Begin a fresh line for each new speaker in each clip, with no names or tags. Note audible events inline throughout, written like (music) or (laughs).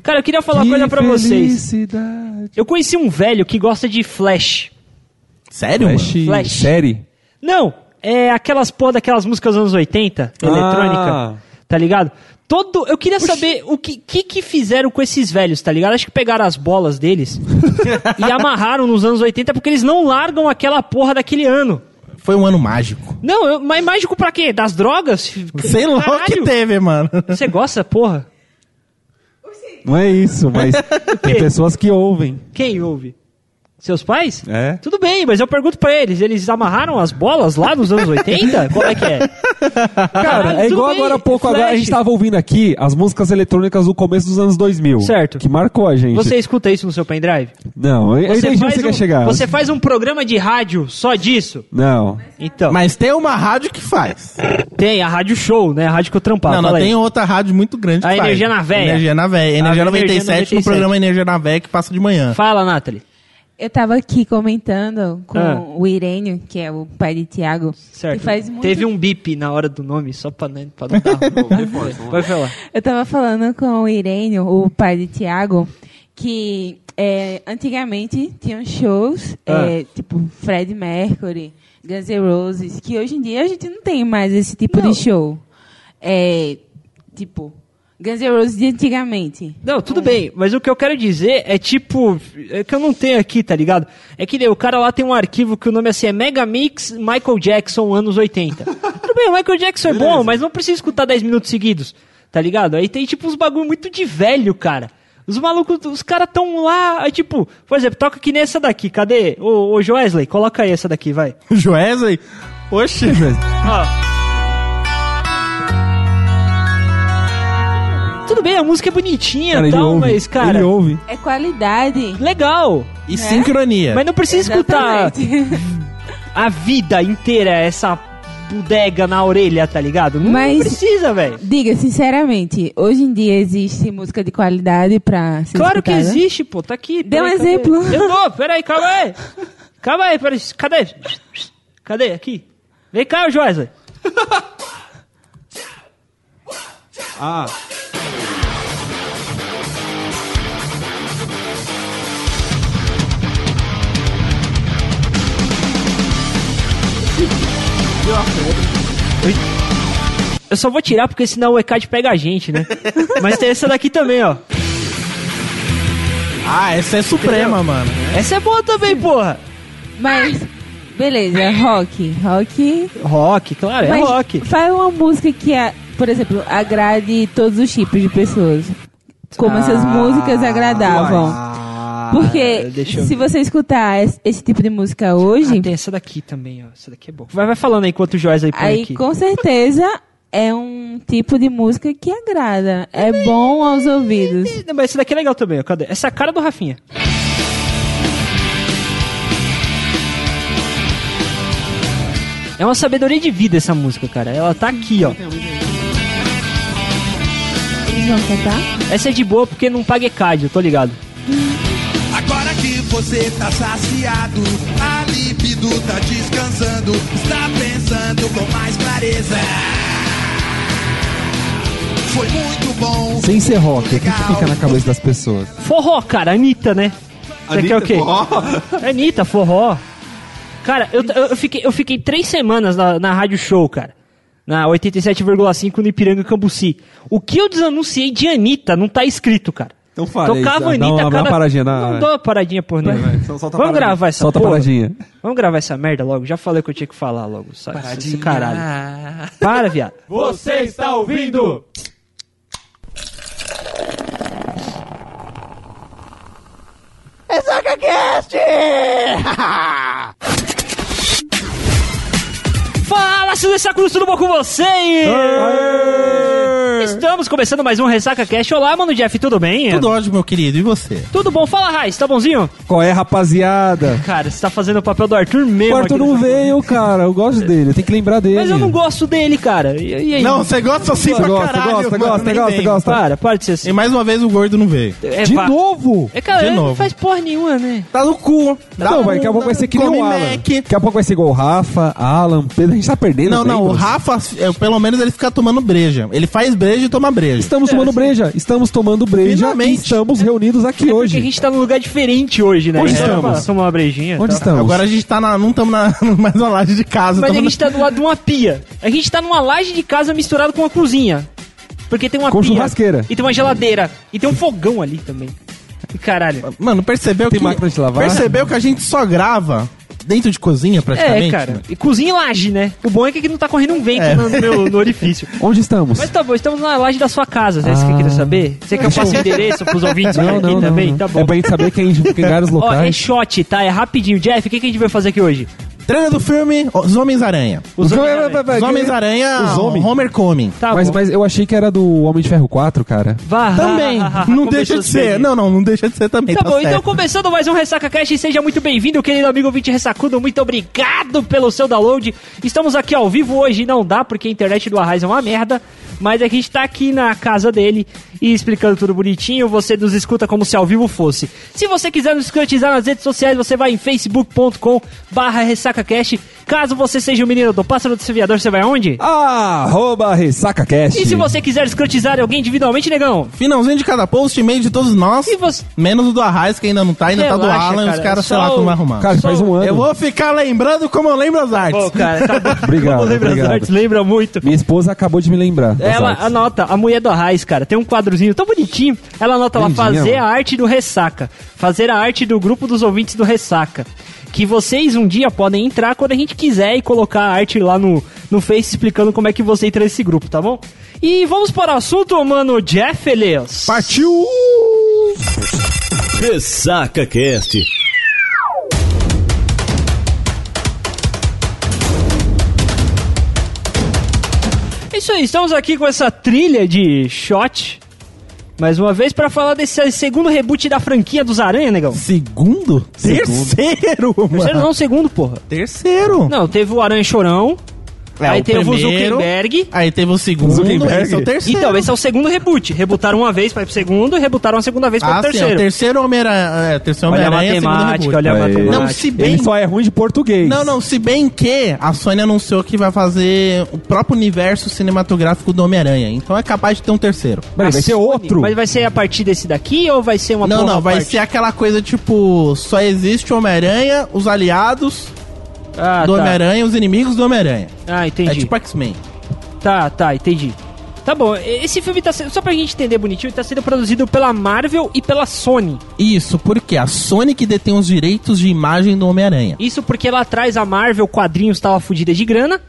Cara, eu queria falar uma coisa pra vocês.
Felicidade.
Eu conheci um velho que gosta de Flash.
Sério, mano?
Flash,
Flash.
Série?
Não, é aquelas porra daquelas músicas dos anos 80,
Ah.
eletrônica, tá ligado? Todo, eu queria saber o que, que que fizeram com esses velhos, tá ligado? Acho que pegaram as bolas
(laughs)
deles e amarraram nos anos 80 porque eles não largam aquela porra daquele ano.
Foi um ano mágico.
Não, eu, mas mágico pra quê? Das drogas?
Sei lá o que
Caralho,
teve, mano.
Você gosta, porra?
Não é isso,
(laughs)
mas tem pessoas que ouvem.
Quem ouve? Seus pais?
É.
Tudo bem, mas eu pergunto pra eles, eles amarraram as bolas lá nos anos
(laughs)
80? Como é que é? Caralho,
Cara, é
tudo
igual
bem,
agora há pouco, agora a
Flash.
gente tava ouvindo aqui as músicas eletrônicas do começo dos anos 2000.
Certo.
Que marcou a gente.
Você escuta isso no seu pendrive?
Não, aí aí a gente não
faz
você
um-
quer chegar.
você faz um programa de rádio só disso? (laughs)
Não.
Então,
Mas tem uma rádio que faz.
tem a Rádio Show, né? A rádio que eu trampava.
não, não,
fala aí.
um-
tem outra rádio muito grande
A
que faz.
Energia na Véia.
Energia na Véia. Energia
A
97,
Energia
no
97.
programa Energia na Véia que passa de manhã.
Fala, Nathalie.
Eu tava aqui comentando com
Ah.
o Irênio, que é o pai de Tiago.
Certo.
Que faz muito
Teve um bip na hora do nome, só pra, né, pra não
(laughs)
dar. Vai falar.
Eu tava falando com o Irênio, o pai de Tiago, que é, antigamente tinham shows, é,
Ah.
tipo Fred Mercury, Guns N' Roses, que hoje em dia a gente não tem mais esse tipo
Não.
de show. É, tipo, Guns N' Roses de antigamente.
Não, tudo bem, mas o que eu quero dizer é tipo. É que eu não tenho aqui, tá ligado? É que né, o cara lá tem um arquivo que o nome assim é Mega Mix Michael Jackson anos 80. tudo bem, o Michael Jackson é bom, mas não precisa escutar 10 minutos seguidos, tá ligado? Aí tem tipo uns bagulho muito de velho, cara. Os malucos, os caras tão lá, aí, tipo, por exemplo, toca que nem essa daqui, cadê? Ô, ô Joesley, coloca aí essa daqui, vai.
Joesley? Oxi.
Ó. Tudo bem, a música é bonitinha
Cara,
e
ele
tal,
ouve.
mas, cara.
Ele ouve.
É qualidade.
Legal,
E sincronia.
É. mas não precisa escutar
Exatamente. (laughs)
a vida inteira essa bodega na orelha, tá ligado? Não
Mas-
precisa, velho.
Diga sinceramente, hoje em dia existe música de qualidade pra ser
Claro que
assim, escutada?
existe, pô, tá aqui.
Dê um
peraí, cadê?
exemplo.
Eu dou, peraí, calma aí. Calma aí, peraí, cadê? Cadê? Aqui. Vem cá, Joyce.
Ah,
Eu só vou tirar porque senão o ECAD pega a gente, né? Mas tem essa daqui também, ó.
Ah, essa é suprema, mano.
Essa é boa também, porra.
Mas, beleza, rock. Rock.
Rock, claro, é
Mas
rock.
Faz uma música que, a- por exemplo, agrade todos os tipos de pessoas.
Ah,
Como essas músicas agradavam. Ah, Porque
Ah, deixa eu
se você escutar es- esse tipo de música
Ah,
hoje,
tem essa daqui também, ó. Essa daqui é boa. Vai, vai falando aí enquanto o Joyce aí põe
aí
aqui.
com certeza é um tipo de música que agrada. É bom
né?
aos ouvidos.
Não, mas esse daqui é legal também, ó. Cadê? Essa é a cara do Rafinha. É uma sabedoria de vida essa música, cara. Ela tá aqui, ó.
Eles vão cantar?
Essa é de boa porque não paga ECAD, eu tô ligado.
Agora que você tá saciado, a libido tá descansando, está pensando com mais clareza. Foi muito bom.
sem ser rock, o que, que fica na cabeça das pessoas?
Forró, cara. Anitta, né? Isso aqui é o quê? É Anitta, forró. Cara, eu, eu, eu fiquei, eu fiquei três semanas na, na rádio show, cara. Na 87,5 no Ipiranga Cambuci. O que eu desanunciei de Anitta não tá escrito, cara.
Então fala aí,
Tocava
dá
Anitta,
uma- dá uma
cada-
paradinha, dá-
Não dou uma paradinha por nenhuma.
vai, sol-
Vamos
solta a paradinha.
gravar essa
Solta a
porra.
paradinha.
Vamos gravar essa merda logo. Já falei o que eu tinha que falar logo. Sabe? Esse caralho. Para, viado.
Você está ouvindo?
Fala, seus ressacos, tudo bom com vocês? Estamos começando mais um Ressaca Cast. Olá, mano Jeff, tudo bem?
Tudo ótimo, meu querido. E você?
Tudo bom? Fala, Raiz, tá bonzinho?
Qual é, rapaziada?
Cara, você tá fazendo o papel do Arthur
O
mesmo.
Arthur
aqui
não
nessa-
veio, cara. Eu gosto dele, eu tenho que lembrar dele.
Mas eu não gosto dele, cara. E, e aí?
Não, você gosta assim
Você
pra
gosta,
caralho.
gosta,
mano.
gosta,
Nem
gosta,
vem.
gosta.
Para, para de ser assim.
E mais uma vez o gordo não veio.
É,
De
vá.
novo?
É, cara,
De
ele não
novo.
faz porra nenhuma, né?
Tá no cu. não, vai, daqui a pouco vai ser que nem
Come
o Alan.
Mac.
Daqui a pouco vai ser igual o Rafa, Alan, Pedro. A gente tá perdendo.
Não,
os
não, o
membros.
Rafa, é, pelo menos ele fica tomando breja. Ele faz breja breja e toma breja.
Estamos tomando breja, estamos tomando breja
Finalmente.
e estamos reunidos aqui
Porque
hoje.
a gente tá num lugar diferente hoje, né?
Onde
A gente
estamos?
vai tomar uma brejinha. e
Onde
tal.
estamos?
Agora a gente tá na, (laughs) não estamos mais na laje de casa.
Mas a
tamo
gente tá do lado de uma pia. A gente tá numa laje de casa misturada com uma cozinha. Porque tem uma
Com
pia.
churrasqueira.
E tem uma geladeira. E tem um fogão ali também. E caralho.
na- Mano, percebeu
Tem
que...
máquina de lavar?
Percebeu que a gente só grava dentro de cozinha, praticamente?
É, cara. E cozinha e laje, né? O bom é que aqui não tá correndo um vento
É.
no, meu, no orifício.
Onde estamos?
Mas tá bom, estamos na laje da sua casa, né? Você que queria saber? Você quer que eu faça o endereço
(laughs)
pros ouvintes
Ah. Não,
aqui
não, não,
também?
não.
Tá bom.
É pra gente saber quem
(laughs)
fica em vários
Ó, é
locais.
shot, tá? É rapidinho. Jeff, o que, que a gente vai fazer aqui hoje?
Treino do filme Os Homens-Aranha.
Os homens-
é, Os Homens-Aranha,
Os homens?
Homer Coming.
Tá
mas,
bom.
mas eu achei que era do Homem de Ferro 4, cara.
Vá,
Também.
ah, ah, ah,
não
começou
deixa de
os
ser.
beijinhos.
Não, não, não deixa de ser também.
Tá bom, então
certo.
começando mais um Ressaca Cast, seja muito bem-vindo, querido amigo ouvinte Ressacudo, muito obrigado pelo seu download. Estamos aqui ao vivo hoje, não dá porque a internet do Arraiz é uma merda, mas a gente tá aqui na casa dele e explicando tudo bonitinho, você nos escuta como se ao vivo fosse. Se você quiser nos escutizar nas redes sociais, você vai em facebook.com barra ressacacast. Caso você seja o menino do pássaro do Seviador, você vai aonde?
Arroba RessacaCast.
E se você quiser escrotizar alguém individualmente, negão?
Finalzinho de cada post, e-mail de todos nós.
E você...
Menos o do Arraiz, que ainda não tá, ainda tá do
Relaxa,
Alan,
cara,
os caras, sei lá,
só
como vai
o-
arrumar.
Cara, faz um ano.
Eu vou ficar lembrando como eu lembro as artes.
Pô, cara, tá bom. (laughs)
Obrigado,
Como lembra as
obrigado.
artes, lembra muito.
Minha esposa acabou de me lembrar. das
Ela
artes.
anota, a mulher do Arraiz, cara, tem um quadrozinho tão bonitinho. Ela anota lá,
Lindinha,
fazer
mano.
a arte do Ressaca. Fazer a arte do grupo dos ouvintes do Ressaca. Que vocês um dia podem entrar quando a gente quiser e colocar a arte lá no, no Face explicando como é que você entra nesse grupo, tá bom? E vamos para o assunto, mano, Jeff Elias.
Partiu!
Ressaca Cast.
É Isso aí, estamos aqui com essa trilha de shot. Mais uma vez para falar desse segundo reboot da franquia dos Aranha, negão.
Segundo? Terceiro, mano.
Terceiro não, segundo, porra.
Terceiro.
Não, teve o Aranha Chorão,
É,
aí teve o
primeiro,
Zuckerberg.
Aí teve o segundo,
Zuckerberg.
esse é o terceiro.
Então, esse é o segundo reboot. Rebutaram uma vez para o segundo e rebutaram a segunda vez para
ah,
o
terceiro. Sim, é o
terceiro.
terceiro Homem-Aranha, é, terceiro
Olha a
Homem-Aranha, segundo
matemática,
reboot.
olha a
Aí.
matemática.
Não, se bem...
Ele só é ruim de português.
Não, não, se bem que a Sony anunciou que vai fazer o próprio universo cinematográfico do Homem-Aranha. Então é capaz de ter um terceiro.
Peraí, vai
A
ser
Sony-
outro.
Mas vai ser a partir desse daqui ou vai ser uma
não,
porra
não,
à
vai
parte?
ser aquela coisa tipo: só existe o Homem-Aranha, os aliados
ah,
do
tá.
Homem-Aranha, os inimigos do Homem-Aranha.
Ah,
É
entendi.
tipo X-Men.
Tá, tá, entendi. Tá bom, e- esse filme tá sendo, só pra gente entender bonitinho, tá sendo produzido pela Marvel e pela Sony.
Isso, porque a Sony que detém os direitos de imagem do Homem-Aranha.
Isso porque lá atrás a Marvel quadrinhos tava fodida de grana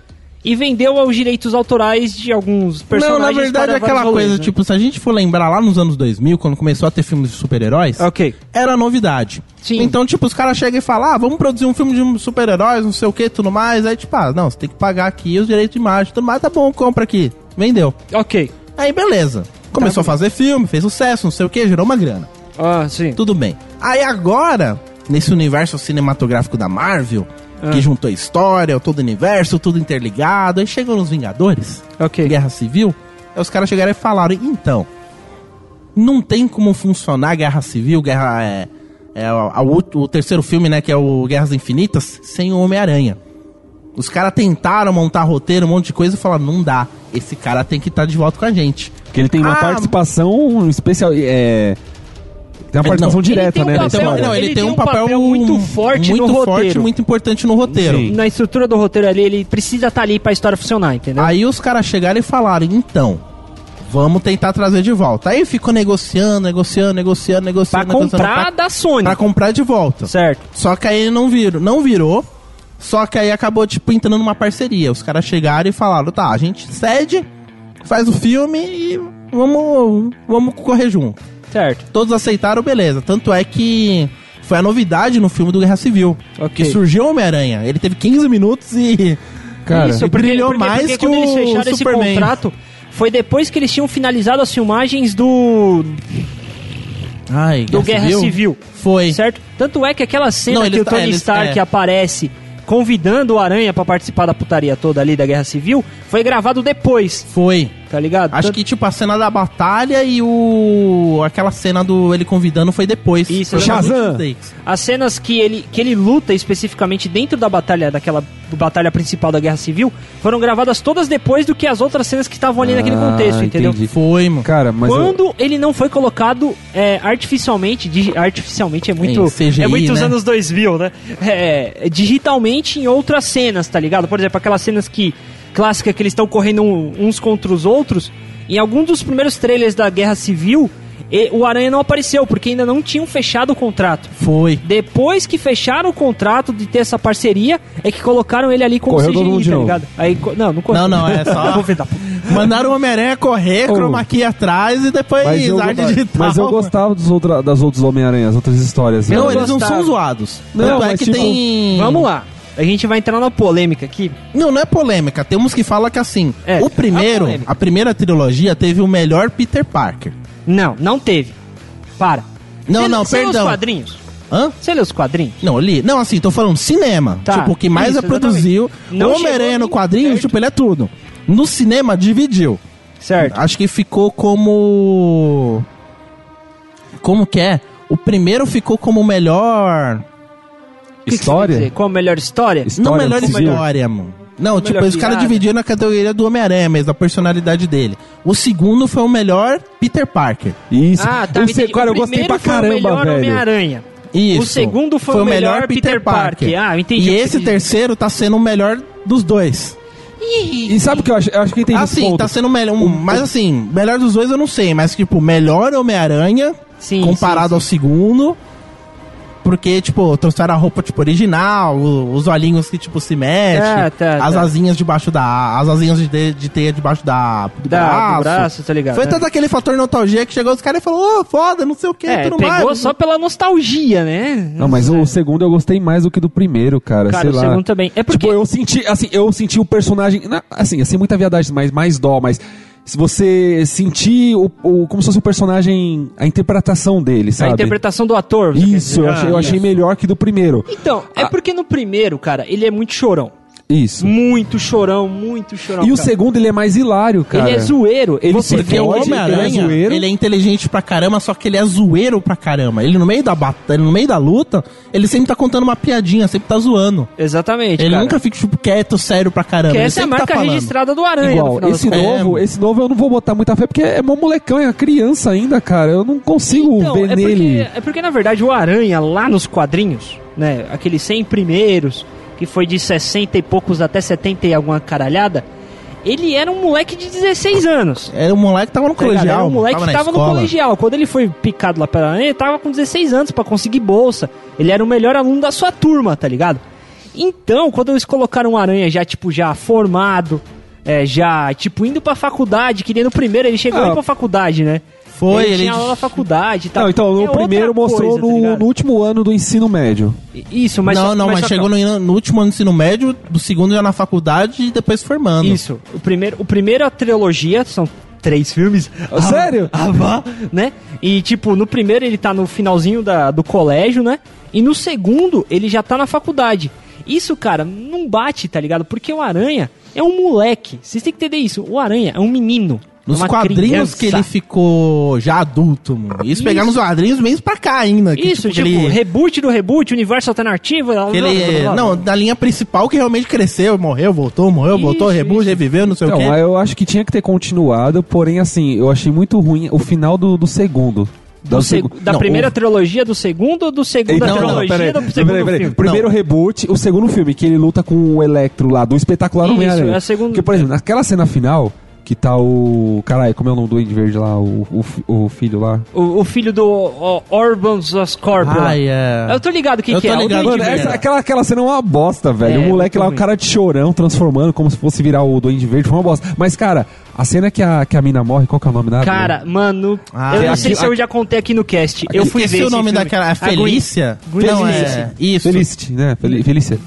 e vendeu os direitos autorais de alguns
Não,
personagens.
na verdade
para
é aquela
vários rolês,
coisa,
né?
tipo, se a gente for lembrar lá nos anos 2000, quando começou a ter filmes de super-heróis,
Ok.
era novidade.
Ah. Sim.
Então, tipo, os caras chegam e falam, ah, vamos produzir um filme de um super-heróis, não sei o que, tudo mais. Aí, tipo, ah, não, você tem que pagar aqui os direitos de imagem, tudo mais, tá bom, compra aqui. Vendeu.
Ok.
Aí, beleza. Começou
Tá
a fazer filme, fez sucesso, não sei o que, gerou uma grana.
Ah, sim.
Tudo bem. Aí agora, nesse universo cinematográfico da Marvel,
Ah.
que juntou história, todo universo, tudo interligado, aí chegam nos Vingadores,
Ok.
Guerra Civil, aí os caras chegaram e falaram, então, não tem como funcionar a Guerra Civil, Guerra... É, é a- a ult- o terceiro filme, né, que é o Guerras Infinitas, sem o Homem-Aranha. Os caras tentaram montar roteiro, um monte de coisa, e falaram, não dá, esse cara tem que estar de volta com a gente.
Porque ele tem uma
Ah,
participação especial. É... Tem uma
Ele
participação
não.
direta,
Ele tem um
né? na
papel-
história.
Não,
Não, ele, tem, um papel,
muito forte
muito
no
forte,
roteiro.
muito importante no roteiro.
Sim.
Na estrutura do roteiro ali, ele precisa estar ali pra história funcionar, entendeu?
Aí os caras chegaram e falaram, então, vamos tentar trazer de volta. Aí ficou negociando, negociando, negociando,
pra
negociando. negociando,
comprar
pra,
da Sony.
tá pra comprar de volta.
Certo.
Só que aí não virou, não virou. Só que aí acabou, tipo, entrando numa parceria. Os caras chegaram e falaram, tá, a gente cede, faz o filme e vamos, vamos correr junto.
Certo.
Todos aceitaram, beleza. Tanto é que foi a novidade no filme do Guerra Civil.
Ok.
Que surgiu o Homem-Aranha. Ele teve 15 minutos e.
Cara,
Isso,
ele
porque,
brilhou
porque,
mais
porque
que
quando
o
eles fecharam esse
Superman.
contrato, foi depois que eles tinham finalizado as filmagens do,
Ai,
do Guerra Civil.
Foi.
Certo? Tanto é que aquela cena
Não,
que
eles
o
tá-
Tony
eles-
Stark
é.
aparece convidando o Aranha pra participar da putaria toda ali da Guerra Civil, foi gravado depois.
Foi.
tá ligado?
Acho
Tanto-
que, tipo, a cena da batalha e o. aquela cena do ele convidando foi depois.
Isso,
Foi
Shazam!
depois dos takes.
As cenas que ele, que ele luta especificamente dentro da batalha, daquela batalha principal da Guerra Civil, foram gravadas todas depois do que as outras cenas que estavam ali naquele
Ah,
contexto, entendeu?
entendi.
Foi, mano.
Cara, mas. eu-
Quando ele não foi colocado é, artificialmente, digi- artificialmente é muito.
Em CGI,
é muito os
né?
anos 2000, né? É, digitalmente em outras cenas, tá ligado? Por exemplo, aquelas cenas que. clássica que eles estão correndo um- uns contra os outros. Em algum dos primeiros trailers da Guerra Civil, e- o Aranha não apareceu, porque ainda não tinham fechado o contrato.
Foi.
Depois que fecharam o contrato de ter essa parceria, é que colocaram ele ali como
Correu
CGI,
todo mundo de
tá
novo.
ligado? Aí, co- não, não correu.
Não,
(laughs)
não, é só.
Vou ver da puta.
Mandaram o Homem-Aranha correr,
Oh.
chroma key atrás e depois
Mas eu,
arte digital.
mas eu gostava dos outra, das outros Homem-Aranha, as outras histórias. Eu
Não, eles não
gostava.
são zoados.
Não,
Tanto é
mas,
que
tipo,
tem.
Vamos lá. A gente vai entrar na polêmica aqui.
Não, não é polêmica. Tem uns que falam que assim,
É,
o primeiro,
é polêmica.
a primeira trilogia teve o melhor Peter Parker.
Não, não teve. Para.
Não, não,
você Você lê
perdão.
os quadrinhos?
Hã?
Você lê os quadrinhos?
Não, eu li. Não, assim, tô falando cinema.
Tá,
Tipo, o que mais
isso,
é produziu.
exatamente. Não
o Homem-Aranha
chegou
no
nem
quadrinho,
perto.
tipo, ele é tudo. No cinema, dividiu.
Certo.
Ah,
Acho que ficou como. Como que é? O primeiro ficou como o melhor.
O que que você quer
História?
dizer? Qual a melhor história?
His-
Não
História,
melhor
civil.
história, mano. Não, tipo,
Melhor
os caras
piada.
dividiram na categoria do Homem-Aranha mesmo, da personalidade dele. O segundo foi o melhor Peter Parker.
Isso.
Ah, tá, me
eu sei,
entendi.
cara, eu
O
gostei
primeiro foi
pra
o
caramba,
melhor
velho.
Homem-Aranha.
Isso.
O segundo foi, o melhor, Peter Parker. Ah, eu entendi.
E
o que
esse
você quis
terceiro tá sendo o melhor dos dois.
E sabe o que eu acho? Eu acho que eu entendi esse
assim,
ponto.
tá sendo o melhor. um- mas assim, melhor dos dois eu não sei, mas tipo, melhor Homem-Aranha
Sim,
comparado ao segundo. Porque, tipo, trouxeram a roupa, tipo, original, o- os olhinhos que, tipo, se mexem,
Ah, tá,
as
tá.
asinhas debaixo da... as asinhas de, de teia debaixo da, do,
Da-
braço.
do braço, tá ligado,
Foi
né?
tanto aquele fator nostalgia que chegou os caras e falou, ô, foda, não sei o que,
É,
tudo
pegou
mais.
só pela nostalgia, né?
Não, mas o segundo eu gostei mais do que do primeiro, cara.
Cara,
sei
o
lá.
segundo também. É porque...
Tipo, eu senti, assim, eu senti o personagem. na- Assim, assim, muita viadagem, mas mais dó, mas. Se você sentir o, o- como se fosse o personagem. A interpretação
é
dele,
a
sabe?
interpretação do ator. você quer
Isso,
dizer?
eu achei,
Ah,
eu achei Ah.
isso.
melhor que do primeiro.
Então, é porque no primeiro, cara, ele é muito chorão.
Isso.
Muito chorão, muito chorão.
E o
cara.
segundo, ele é mais hilário, cara.
Ele é zoeiro.
Ele
Você
se
vê
Porque o
hoje-
Ele é
Homem-Aranha,
zoeiro.
ele, é inteligente pra caramba, só que ele é zoeiro pra caramba. Ele no meio da batalha, no meio da luta, ele sempre tá contando uma piadinha, sempre tá zoando.
Exatamente,
Ele
cara.
nunca fica, tipo, quieto, sério pra caramba.
Porque
ele
essa é a
sempre
marca
tá falando.
registrada do Aranha, no
Igual,
final das
esse
contas.
novo, esse novo eu não vou botar muita fé, porque é mó molecão, é criança ainda, cara. Eu não consigo
Então,
ver
é
nele.
Porque, é porque, na verdade, o Aranha, lá nos quadrinhos, né? Aqueles 100 primeiros, que foi de 60 e poucos até 70 e alguma caralhada, ele era um moleque de 16 anos.
Era um moleque que tava no
Tá ligado?
colegial.
Era um
mano,
moleque que
na
tava no
escola.
colegial. Quando ele foi picado lá pela aranha, ele tava com 16 anos pra conseguir bolsa. Ele era o melhor aluno da sua turma, tá ligado? Então, quando eles colocaram o aranha já, tipo, já formado, é, já, tipo, indo pra faculdade, que nem no primeiro, ele chegou
Ah.
indo pra faculdade, né?
Foi,
ele,
ele-
tinha aula na faculdade e tal.
Não, então,
É
no
outra
primeiro mostrou
coisa, tá
no-
ligado?
no último ano do ensino médio.
Isso, mas
não,
só-
não, mas,
só-
chegou no, no último ano do ensino médio, do segundo já na faculdade e depois formando.
Isso. O primeiro, o primeiro a trilogia são três filmes.
Ah, sério?
Ah, vá, né? E tipo, no primeiro ele tá no finalzinho da, do colégio, né? E no segundo ele já tá na faculdade. Isso, cara, não bate, tá ligado? Porque o Aranha é um moleque. Vocês têm que entender isso. O Aranha é um menino.
Nos
uma
quadrinhos
criança.
que ele ficou já adulto, mano. Isso,
Isso.
pegar nos quadrinhos mesmo pra cá ainda. que,
Isso, tipo,
que ele-
reboot do reboot, universo alternativo. blá, blá,
que ele- é-
blá, blá, blá.
não, da linha principal que realmente cresceu, morreu, voltou, morreu,
Isso,
voltou, reboot,
isso.
reviveu, não sei
Então,
o quê.
aí eu acho que tinha que ter continuado, porém, assim, eu achei muito ruim o final do, do segundo.
Do
Da
seg-
segu-
da
não,
primeira
o-
trilogia do segundo, do segundo da
não, não,
trilogia
peraí,
do
peraí,
Então, segundo
peraí.
filme.
Primeiro reboot, o segundo filme, que ele luta com o Electro lá, do espetacular
Isso,
Homem-Aranha.
é a segunda-
Porque, por exemplo, naquela cena final, que tá o... Caralho, como é o nome do Duende Verde lá? O, o, fi- o filho lá.
O, o filho do o, Orbans Oscorpion.
Ah, é.
Eu tô ligado o que,
Eu
que
tô
é. o
ligado.
Duende
Mano,
Verde.
essa-
Verde.
aquela, aquela cena é uma bosta, velho.
É,
o moleque
muito
lá,
ruim.
o cara de chorão, transformando como se fosse virar o Duende Verde, foi uma bosta. Mas, cara, a cena que a, que a mina morre, qual que é o nome da
Cara, mano,
Ah,
eu não
aqui-
sei se eu já contei aqui no cast. Eu fui
Esqueci
ver
o nome
esse filme.
daquela. É
A Gwen-
Felícia?
Gwen
não, é.
Stacy.
Isso.
Felicity, né? Fel- Felícia.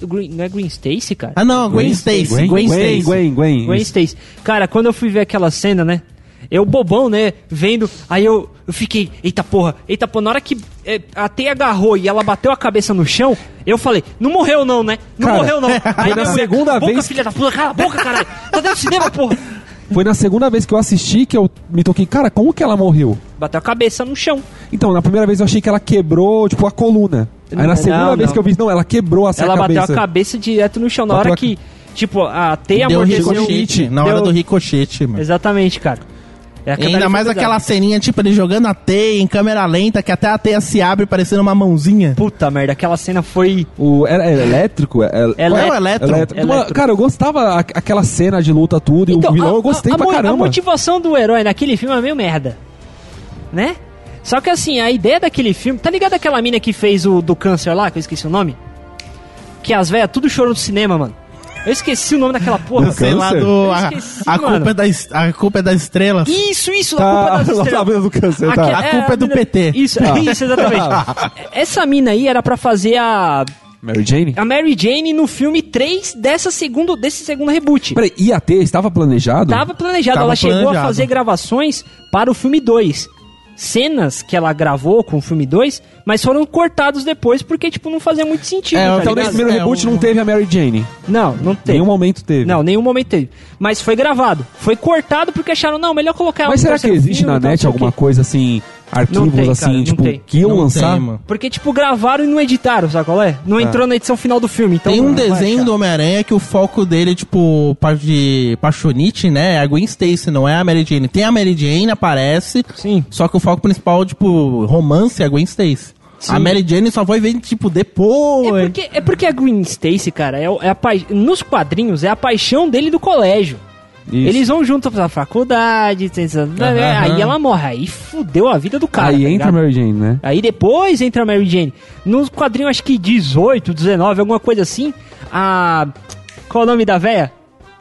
Green- não é Green Stacy, cara?
Ah, não, Gwen, Stacy. Gwen, Stacy.
Gwen, Gwen, Gwen.
Gwen
Isso.
Stacy. Cara, quando eu fui ver aquela cena, né? Eu bobão, né? Vendo. Aí eu, eu fiquei, eita porra, eita porra. Na hora que é, a teia agarrou e ela bateu a cabeça no chão, eu falei, não morreu não, né? Não
Cara,
(laughs)
morreu não. Aí
na
minha mulher,
segunda
"Cala a boca,
vez-
filha da puta, cala a boca, caralho. Tá dentro do cinema, porra.
Foi na segunda vez que eu assisti que eu me toquei, cara, como que ela morreu?
Bateu a cabeça no chão.
Então, na primeira vez eu achei que ela quebrou, tipo, a coluna. Aí na
Não,
segunda
não.
vez que eu vi, não, ela quebrou assim,
ela
a cabeça.
bateu a cabeça direto no chão. Na
Bateu
hora
a-
que, tipo, a teia
Deu
amorteceu...
ricochete. Na hora
deu-
do ricochete, mano.
Exatamente, cara. É, aquela
E ainda
ali
mais
foi pesada.
aquela ceninha, tipo, ele jogando a teia em câmera lenta, que até a teia se abre parecendo uma mãozinha.
Puta merda, aquela cena foi...
O, era, era elétrico? É- é-
Ela-
Qual é o elétron?
elétrico.
Elétrico.
Mano, Cara, eu gostava a- aquela cena de luta, tudo, e o vilão eu gostei
Então, a,
pra
mo- a
caramba.
motivação do herói naquele filme é meio merda. Né? Só que assim, a ideia daquele filme. Tá ligado aquela mina que fez o do câncer lá, que eu esqueci o nome? Que as velhas tudo chorou no cinema, mano. Eu esqueci o nome daquela porra.
câncer?
Sei lá, do, a,
esqueci,
a
mano.
culpa é da, es- a culpa é das estrelas.
Isso, isso,
Tá,
a
(laughs)
culpa é
tá
das
vendo do Ah. câncer,
Aque-
tá.
A culpa é do
mina-
PT.
Isso, isso,
Ah.
exatamente. Essa mina aí era pra fazer a,
Mary Jane?
a Mary Jane no filme 3 dessa segundo, desse segundo reboot.
Peraí, ia ter, estava planejado?
Tava planejado,
Tava
ela chegou a
planejado.
fazer gravações para o filme 2. Cenas que ela gravou com o filme 2, mas foram cortados depois porque, tipo, não fazia muito sentido.
É,
tá
Então
ligado?
nesse primeiro
É,
reboot
um-
não teve a Mary Jane.
Não, não teve.
Nenhum momento teve.
Não, nenhum momento teve. Mas foi gravado. Foi cortado porque acharam, não, melhor colocar ela
Mas
no
será que
terceiro
existe
filme,
na
tal, não
net
sei o quê.
alguma coisa assim, arquivos
tem,
assim,
cara, não
tipo,
tem.
que iam
Não
lançar?
tem, mano.
Porque, tipo, gravaram e não editaram, sabe qual é?
Tá.
Não entrou na edição final do filme. Então
Tem
não
um
vai
desenho
achar.
do Homem-Aranha que o foco dele é, tipo, parte de Paixonite, né? É a Gwen Stacy, não é a Mary Jane. Tem a Mary Jane, aparece,
Sim.
só que o foco principal, tipo, romance é a Gwen Stacy.
Sim.
A Mary Jane só foi ver, tipo, depois.
É porque, é porque a Gwen Stacy, cara, é, o- é a pai- nos quadrinhos é a paixão dele do colégio.
Isso.
Eles vão junto pra faculdade, tem- aí ela morre. Aí fudeu a vida do cara.
Aí
tá
entra a
ligado?
Mary Jane, né?
Aí depois entra a Mary Jane. Nos quadrinhos, acho que 18, 19, alguma coisa assim. A. Qual é o nome da véia?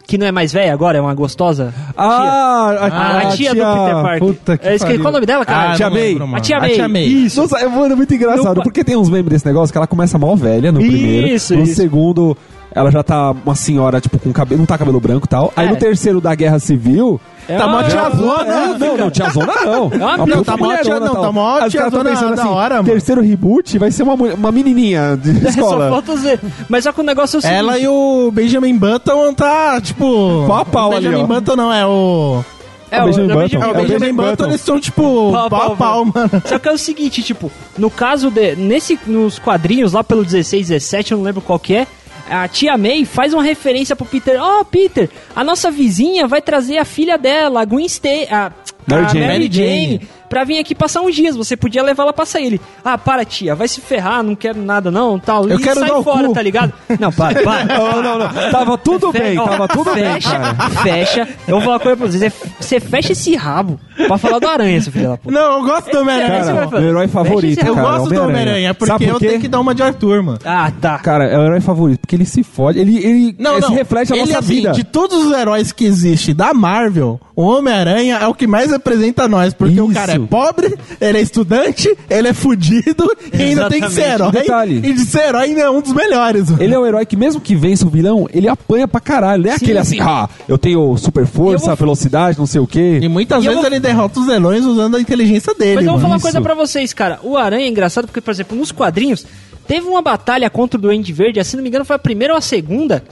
Que não é mais véia agora, é uma gostosa.
Ah,
Ah, a tia do Peter Parker.
Puta que
É, esque-
pariu.
qual é o nome dela, cara?
Ah,
Tia
não
May.
lembro, mano.
A Tia
A
May.
Tia May.
Isso, nossa, é, mano, é muito engraçado,
Não,
porque tem uns memes desse negócio que ela começa mó velha no
Isso,
primeiro, no
isso.
segundo ela já tá uma senhora, tipo, com cabelo, não tá cabelo branco e tal, aí
É.
no terceiro da Guerra Civil...
É
Tá mó
uma-
Não,
tia
não, não, não, tiazona não. É
uma-
Uma
não,
puta
tá mó
mulherona
tia- não,
tal.
tá mó
Aí os caras tão
tiazona
pensando
da
assim,
hora, mano.
Terceiro reboot vai ser uma, mulher- uma menininha de
(laughs) Só
escola.
falta dizer. Mas só que o negócio é o seguinte.
Ela e o Benjamin Button tá, tipo.
Pau a pau
o
ali,
Benjamin
ó.
Button não, é o.
É,
o Benjamin
o
Button.
É o Benjamin, Button, eles são, tipo, pau a pau, mano.
Só que é o seguinte, tipo, no caso de. Nesse, nos quadrinhos, lá pelo 16, 17, eu não lembro qual que é. A tia May faz uma referência pro Peter. Ó, Peter, a nossa vizinha vai trazer a filha dela, a Gwen Stacy. A,
Mary
a
Jane.
Mary
Mary
Jane,
Jane.
pra vir aqui passar uns dias. Você podia levar ela pra sair. Ele, ah, para, tia, vai se ferrar, não quero nada não, tal.
Eu
e
quero
sai
dar o
fora,
cu. É
tá ligado? Não, para,
(laughs)
para.
Não, não, não. Tava tudo
Fe-
bem,
ó,
tava tudo bem,
fecha,
cara.
Fecha. Eu vou falar uma coisa pra vocês. você- Você fecha esse rabo pra falar do aranha, seu filho da puta.
Não, eu gosto do Homem-Aranha.
Esse
Cara,
cara é
meu herói favorito,
Fecha esse-
cara.
é eu
é o
gosto do Homem-Aranha, porque
Sabe por
eu
quê?
tenho que dar uma de Arthur, mano.
Ah, tá.
Cara, é o herói favorito, porque ele se fode, ele, ele,
Não,
ele
não.
se reflete a
ele,
nossa
assim,
vida.
De todos os heróis que existe da Marvel, o Homem-Aranha é o que mais representa nós. Porque o
Isso.
cara é pobre, ele é estudante, ele é fudido e ainda tem que ser herói.
Detalhe.
E de ser herói ainda é um dos melhores. mano.
Ele é um herói que, mesmo que vença o vilão, ele apanha pra caralho. Não é aquele assim, ah, eu tenho super
Eu
força,
vou-
velocidade, não sei o quê.
E muitas
E eu
vezes
vou-
ele derrota os heróis usando a inteligência dele.
Mas eu vou
mano.
falar uma
isso.
coisa pra vocês, cara. O Aranha é engraçado porque, por exemplo, nos quadrinhos, teve uma batalha contra o Duende Verde, se não me engano, foi a primeira ou a segunda,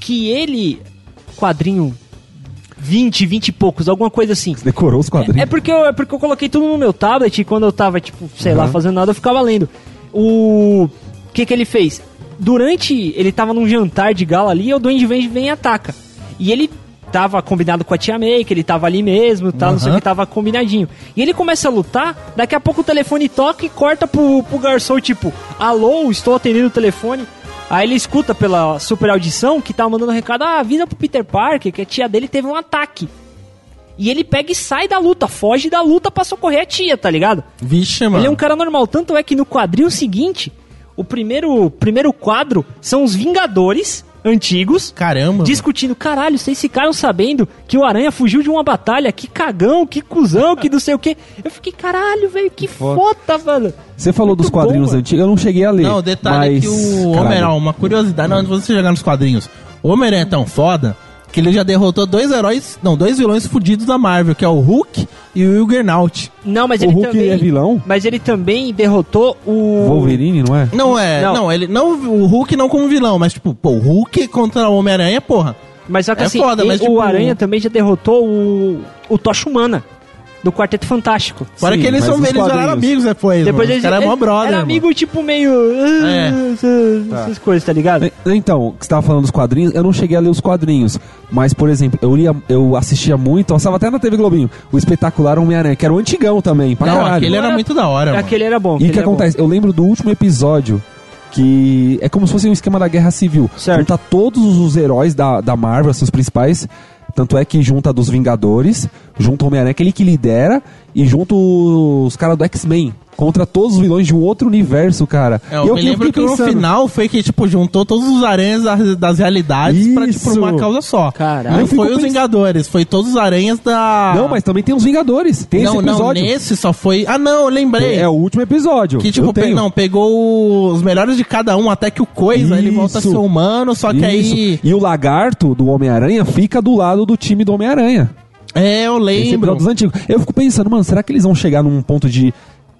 que ele. Quadrinho 20, 20 e poucos, alguma coisa assim.
Decorou os quadrinhos.
É porque, eu, é porque eu coloquei tudo no meu tablet e quando eu tava, tipo, sei lá, fazendo nada, eu ficava lendo. O. que que ele fez? Durante. Ele tava num jantar de gala ali e o Duende Verde vem e ataca. E ele tava combinado com a Tia May, que ele tava ali mesmo, tal, não sei o
Aham.
que, tava combinadinho. E ele começa a lutar, daqui a pouco o telefone toca e corta pro, pro garçom, tipo, alô, estou atendendo o telefone. Aí ele escuta pela super audição que tá mandando um recado, ah, avisa pro Peter Parker que a tia dele teve um ataque. E ele pega e sai da luta, foge da luta pra socorrer a tia, tá ligado?
Vixe, mano.
Ele é um cara normal. Tanto é que no quadrinho seguinte, o primeiro, primeiro quadro são os Vingadores antigos.
Caramba.
Discutindo, caralho, vocês ficaram sabendo que o Aranha fugiu de uma batalha, que cagão, que cuzão, que não sei o quê. Eu fiquei, caralho, velho, que
foda.
foda, mano.
Você falou
Muito
dos quadrinhos
bom, mano.
antigos, eu não cheguei a ler.
Não, o detalhe é
mas...
que o
caralho.
Homem-Aranha, uma curiosidade, não, antes de você chegar nos quadrinhos. O Homem-Aranha é tão foda que ele já derrotou dois heróis, não, dois vilões fudidos da Marvel, que é o Hulk e o Juggernaut.
Não, mas
O
ele
Hulk
também.
é vilão?
Mas ele também derrotou
um
o.
Wolverine, não é?
Não é,
Não.
não, ele não o Hulk não como vilão, mas tipo, pô, o Hulk contra o Homem-Aranha, porra.
Mas só que
É
assim,
foda,
e-
mas,
o
tipo,
Aranha também já derrotou o, o Tocha Humana, do Quarteto Fantástico.
Fora
Sim,
que eles
mas
são
nos
eles viraram
quadrinhos.
amigos depois.
Depois
mano.
eles,
Os caras é mó
ele-
brother.
Era
mano.
amigo, tipo, meio. ah,
É.
essas- Essas coisas, tá ligado?
Então, o que você tava falando dos quadrinhos, eu não cheguei a ler os quadrinhos. Mas, por exemplo, eu lia, eu assistia muito, eu estava até na TV Globinho, o espetacular Homem-Aranha, que era o antigão também, pra
Não,
caralho.
aquele é era muito da hora, mano.
Aquele era bom.
E o
aquele
que
era é bom.
acontece? Eu lembro do último episódio. Que é como se fosse um esquema da guerra civil.
Certo.
Junta todos os heróis da, da Marvel, seus principais. Tanto é que junta dos Vingadores, junta o Homem-Aranha, aquele que lidera, e junta os caras do X-Men. Contra todos os vilões de um outro universo, cara.
É, eu,
E
me
que-
lembro que
fiquei
no
pensando,
final foi que, tipo, juntou todos os aranhas das, das realidades pra, tipo,
Isso.
uma causa só.
Caralho.
Eu
Não
fico
foi os
pensando-
Vingadores, foi todos os aranhas da...
Não, mas também tem os Vingadores. Tem
não,
esse
não,
episódio.
nesse só foi... Ah, não, eu lembrei.
É o último episódio.
Que,
eu
tipo, pe...
tenho.
não, pegou os melhores de cada um, até que o Coisa, ele volta a
Isso.
ser humano, só que aí...
Isso. E o lagarto do Homem-Aranha fica do lado do time do Homem-Aranha.
É, eu
Esse episódio
lembro.
dos antigos. Eu fico pensando, mano, será que eles vão chegar num ponto de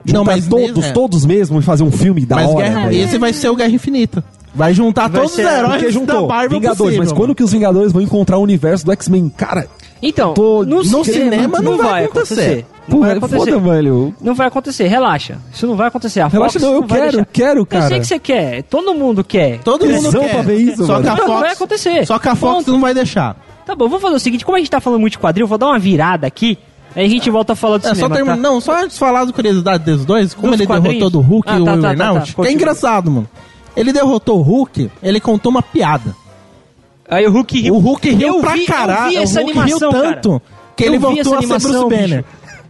Não,
juntar
mas
todos,
mesmo, é.
todos mesmo e fazer um filme da
Mas
hora?
Guerra-
velho?
esse vai ser o Guerra Infinita. Vai juntar
Vai
todos os
ser-
Porque
heróis da
juntou
Marvel
Vingadores,
possível,
mas quando
mano.
que os Vingadores vão encontrar o universo do X-Men? Cara,
Então,
Tô-
no,
no
cinema
cinema
não,
não
vai
vai
acontecer.
acontecer.
Não vai
porra, é
acontecer.
foda, velho.
Não vai acontecer, relaxa. Isso não vai acontecer. A
Relaxa,
Fox
não, eu
vai
quero,
deixar.
quero,
Eu sei
cara.
que você quer, todo mundo quer.
Todo mundo
Tesão
quer.
pra ver isso,
só que a
Mas
mano.
Fox,
não vai acontecer.
Só que a Fox
Ponto.
não vai deixar.
Tá bom, vamos fazer o seguinte: como a gente tá falando muito de quadril, eu vou dar uma virada aqui, aí a gente volta a falar do
É, só
cinema. tá?
termina- Não, só antes de falar do curiosidade dos dois, como
Dos
ele
quadrinhos?
derrotou do Hulk
Ah,
e o
tá, tá, tá,
Reynolds,
tá, tá.
que é engraçado, mano. Ele derrotou o Hulk, ele contou uma piada.
Aí o Hulk riu.
O Hulk riu
Eu
pra
vi- eu
caralho.
vi essa
o Hulk
animação,
riu
cara.
tanto que
Eu
ele
vi essa
voltou a ser Bruce
animação,
Banner.
bicho.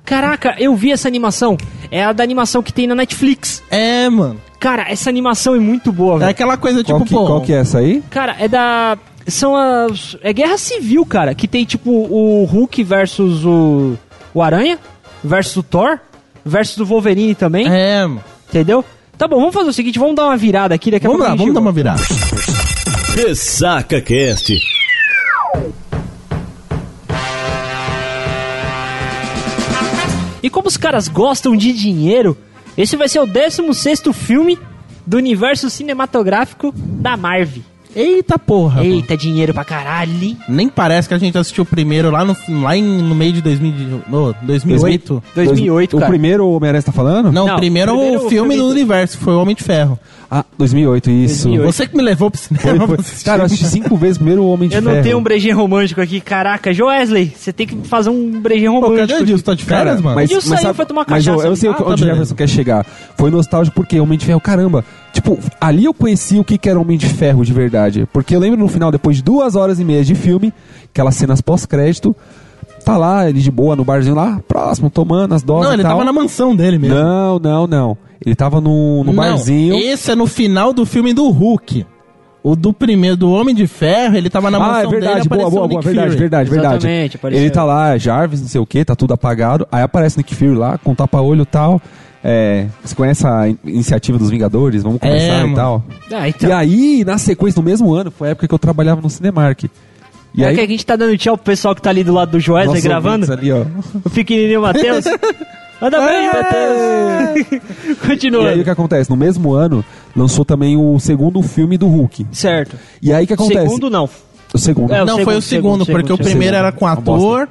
Caraca, eu vi essa animação. É a da animação que tem na Netflix.
É, mano.
Cara, essa animação é muito boa,
É
velho.
aquela coisa tipo,
Qual, que,
pô.
qual que é essa aí?
Cara, é da. São as. É guerra civil, cara. Que tem tipo o Hulk versus o. O Aranha. Versus o Thor. Versus o Wolverine também.
É, mano.
Entendeu? Tá bom, vamos fazer o seguinte: vamos dar uma virada aqui. Daqui a
Vamos
pouco
lá,
a gente
vamos dar
volta.
uma virada.
Ressaca Cast.
E como os caras gostam de dinheiro, esse vai ser o 16 filme do universo cinematográfico da Marvel.
Eita
Tá
porra, mano.
Eita, dinheiro pra caralho. hein?
Nem parece que a gente assistiu o primeiro lá no, lá em- no meio de 2000, de- no, 2008.
2008,
o
cara.
primeiro Homem-Aranha está falando?
Não,
Não,
o primeiro é
primeiro
o filme do
filme-
universo, foi o Homem de Ferro.
Ah, 2008, isso.
2008.
Você que me levou pro
Foi,
cinema.
foi.
pra assistir.
Cara, eu assisti cinco vezes primeiro o Homem de
Eu
Ferro.
não tenho um brejinho romântico aqui, caraca. Joesley, você tem que fazer um brejinho
Pô,
romântico.
cadê o Edilson? Tá de
Cara,
férias, mano?
mas,
Edilson
mas
saiu,
sabe-
foi tomar
mas,
cachaça.
eu, eu sei
Ah,
o que-
tá
onde o
beleza.
Jefferson quer chegar. Foi nostálgico porque Homem de Ferro, caramba. Tipo, ali eu conheci o que que era Homem de Ferro de verdade. Porque eu lembro no final, depois de duas horas e meia de filme, aquelas cenas pós-crédito, tá lá, ele de boa no barzinho lá, próximo, tomando as doses
Não,
e
ele
tal.
tava na mansão dele mesmo.
Não, não, não. Ele tava no, no
Não,
barzinho.
Esse é no final do filme do Hulk. O do primeiro, do Homem de Ferro, ele tava na mansão
Ah, é
dele
verdade, boa,
apareceu
boa, boa,
o Nick
verdade,
Fury.
verdade, verdade.
Exatamente, apareceu.
Ele tá lá, Jarvis, não sei o que, tá tudo apagado. Aí aparece o Nick Fury lá, com tapa-olho e tal. É, você conhece a in- iniciativa dos Vingadores? Vamos começar e
É, mano.
tal.
Ah, então.
E aí, na sequência, no mesmo ano, foi a época que eu trabalhava no Cinemark. E
É
aí,
que a gente tá dando tchau pro pessoal que tá ali do lado do Joesley
nossos
gravando.
ouvintes ali, ó.
O pequenininho Matheus. (laughs) Anda bem, Matheus.
E
(laughs) Continua.
aí o que acontece? No mesmo ano, lançou também o segundo filme do Hulk.
Certo.
E aí o que acontece?
Segundo não.
O segundo.
É, o
Não, foi o segundo,
segundo,
porque
segundo,
o
segundo.
primeiro era com
Uma
ator.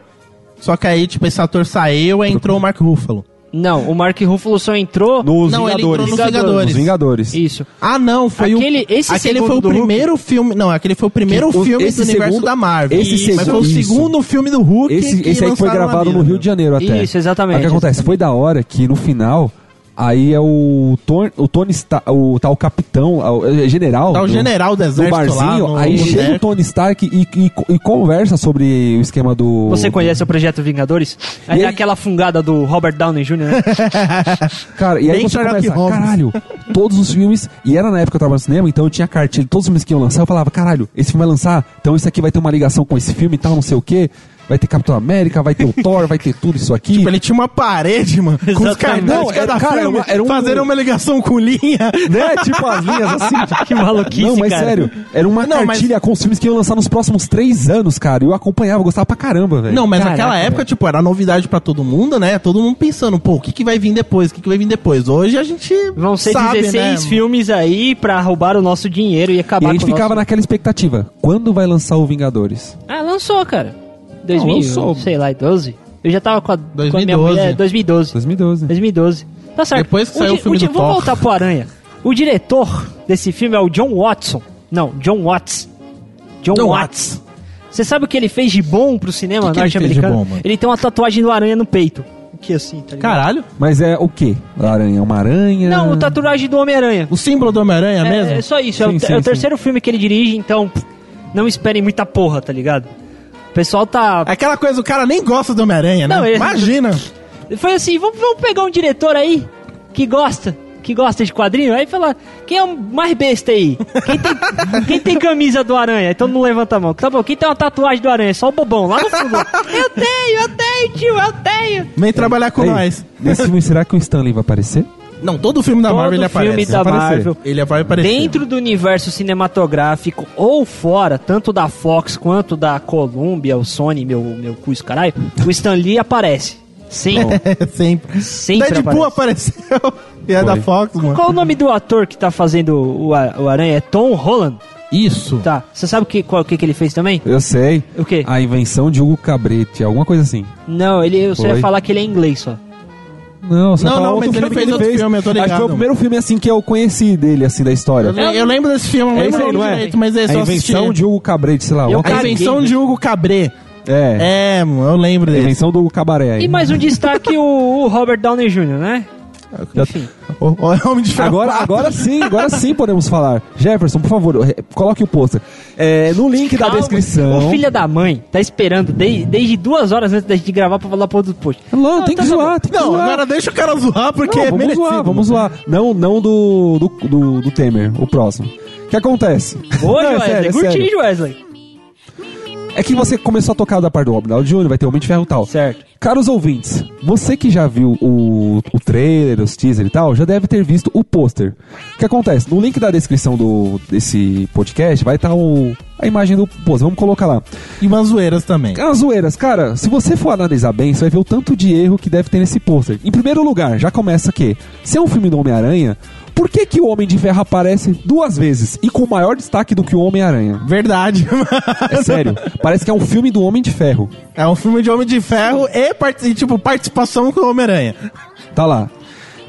Só que aí, tipo, esse ator saiu aí entrou o Mark Ruffalo.
Não, o Mark Ruffalo só entrou...
Nos
Não, ele entrou
Vingadores.
nos Vingadores.
Nos Vingadores.
Isso.
Ah, não, foi
Aquele-
o.
esse
aquele
segundo
foi o
do Hulk?
primeiro filme. Não, aquele foi o primeiro
Que- o-
filme
esse
do universo
segundo-
da Marvel.
esse
Isso, Mas foi o
segundo- isso.
segundo filme do Hulk.
Esse,
que
esse aí que foi
lançaram na
gravado no
vida.
Rio de Janeiro até.
Isso, exatamente.
Aí O que acontece? Foi da hora que no final. Aí é o Tony, o Tony Stark, o tal capitão, ah, o é, general.
Tá o
do-
general do
do
exército lá.
barzinho.
no-
aí
no
chega o
deserto.
Tony Stark e, e- e conversa sobre o esquema do.
Você conhece o Projeto Vingadores? É
ele-
aquela fungada do Robert Downey Jr., né?
(laughs) Cara, e aí
Bem
você
Sherlock
começa,
Holmes.
caralho, todos os filmes, e era na época que eu trabalhava no cinema, então eu tinha cartilha, todos os filmes que iam lançar, eu falava, caralho, esse filme vai lançar, então isso aqui vai ter uma ligação com esse filme e tal, não sei o quê. vai ter Capitão América, vai ter o Thor, vai ter tudo isso aqui.
(laughs) Tipo, ele tinha uma parede, mano, com os
Exatamente.
cartazes
Não,
de cada
era- cara,
filme,
era uma- era um-
fazendo uma ligação com linha.
né? Tipo as linhas assim. tipo-
Que maluquice,
Não, mas
cara.
sério, era uma
Não, mas-
cartilha com os filmes que iam lançar nos próximos três anos, cara. E eu acompanhava, eu gostava pra caramba, velho.
Não, mas
Caraca,
naquela época,
velho.
tipo, era novidade pra todo mundo, né? Todo mundo pensando, pô, o que, que vai vir depois? O que, que vai vir depois? Hoje a gente
Vão ser
sabe,
16
né?
filmes aí pra roubar o nosso dinheiro e acabar
E
com
a gente
o nosso-
ficava naquela expectativa. Quando vai lançar o Vingadores?
Ah, lançou, cara. 2000,
lançou.
sei lá, 12. Eu já tava com a, com a minha
2012.
mulher, 2012.
2012.
2012. Tá certo.
Depois que saiu
di-
o filme
di-
do
Vou
Thor.
voltar pro Aranha. O diretor desse filme é o John Watson. Não, John Watts. John,
John
Watts. Você sabe o que ele fez de bom pro cinema
O que que ele fez de bom,
norte-americano?
mano?
ele tem uma tatuagem do Aranha no peito. O que assim, tá ligado?
Caralho,
Mas é o quê? A aranha? é Uma aranha?
Não, o tatuagem do Homem-Aranha.
o símbolo do Homem-Aranha
É,
é- mesmo?
é só isso. é,
Sim,
o, te-
sim,
é o
sim.
terceiro filme que ele dirige, então pff, não esperem muita porra, tá ligado? O pessoal tá.
Aquela coisa, o cara nem gosta do Homem-Aranha, né?
Não, ele-
Imagina.
Foi assim, vamos, vamos pegar um diretor aí que gosta, que gosta de quadrinho, aí fala, quem é o mais besta aí? Quem tem, (laughs) quem tem camisa do Aranha? Então não levanta a mão. Tá bom, quem tem uma tatuagem do Aranha? Só o bobão, lá no fundo. (laughs) eu tenho, eu tenho, tio, eu tenho.
Vem trabalhar com
Ei,
nós.
Nesse É filme, será que o Stanley vai aparecer?
(laughs) Não, todo filme da Marvel ele
Todo
aparece.
filme da
aparecer.
Marvel.
Ele vai aparecer.
Dentro do universo cinematográfico ou fora, tanto da Fox quanto da Columbia, o Sony, meu, meu cu, isso, caralho, o Stan Lee aparece. Sim.
É, (laughs) sempre.
Sempre
Deadpool apareceu. (laughs) E é da
Foi.
Fox, mano.
Qual o nome do ator que tá fazendo o, a- o Aranha? É Tom Holland?
Isso.
Tá. Você sabe o que, qual, o que, que ele fez também?
Eu sei.
O quê?
A invenção de Hugo Cabrete, alguma coisa assim.
Não, ele, eu só ia
Foi.
falar que ele é inglês só.
Não, só
Não,
falar
não,
outro
mas ele
filme
fez
que
outro filme, eu tô
Acho que
ligado.
foi o primeiro filme assim que eu conheci dele, assim, da história.
Eu, le- eu lembro desse filme,
É
eu
isso aí,
lembro
não é?
direito, mas é
a
só
invenção
assistir.
de Hugo Cabrete, sei lá.
Eu
alguma
A
coisa-
caguei,
invenção
né?
de Hugo Cabré.
É,
É, mano, eu lembro
a
dele.
invenção do cabaré aí.
E mais um destaque, o, o Robert Downey Jr., né?
É,
Enfim.
O, o Homem de Ferro
Agora,
quatro.
agora sim, agora sim podemos falar. Jefferson, por favor, re- coloque o pôster. É, no link da
Calma,
descrição.
O filho da mãe tá esperando desde, desde duas horas antes da gente gravar pra falar pro outro post.
Não, tem que
tá
zoar, tem que
Não,
zoar.
agora deixa o cara zoar porque
Não,
é
vamos
merecido.
zoar, vamos zoar. Não, não do, do, do, do Temer, o próximo. O que acontece? Não,
Hoje,
é sério,
Wesley,
é sério.
curtinho, Wesley.
É que você começou a tocar da parte do Robin Downey Jr., vai ter Homem de Ferro e tal.
Certo.
Caros ouvintes, você que já viu o, o trailer, os teaser e tal, já deve ter visto o pôster. O que acontece? No link da descrição do, desse podcast vai estar a imagem do pôster. Vamos colocar lá.
E umas zoeiras também.
As zoeiras, cara, se você for analisar bem, você vai ver o tanto de erro que deve ter nesse pôster. Em primeiro lugar, já começa que, se é um filme do Homem-Aranha, por que, que o Homem de Ferro aparece duas vezes e com maior destaque do que o Homem-Aranha?
Verdade. (laughs)
É sério, parece que é um filme do Homem de Ferro.
É um filme de Homem de Ferro e, parti- e, tipo, participação com o Homem-Aranha.
Tá lá.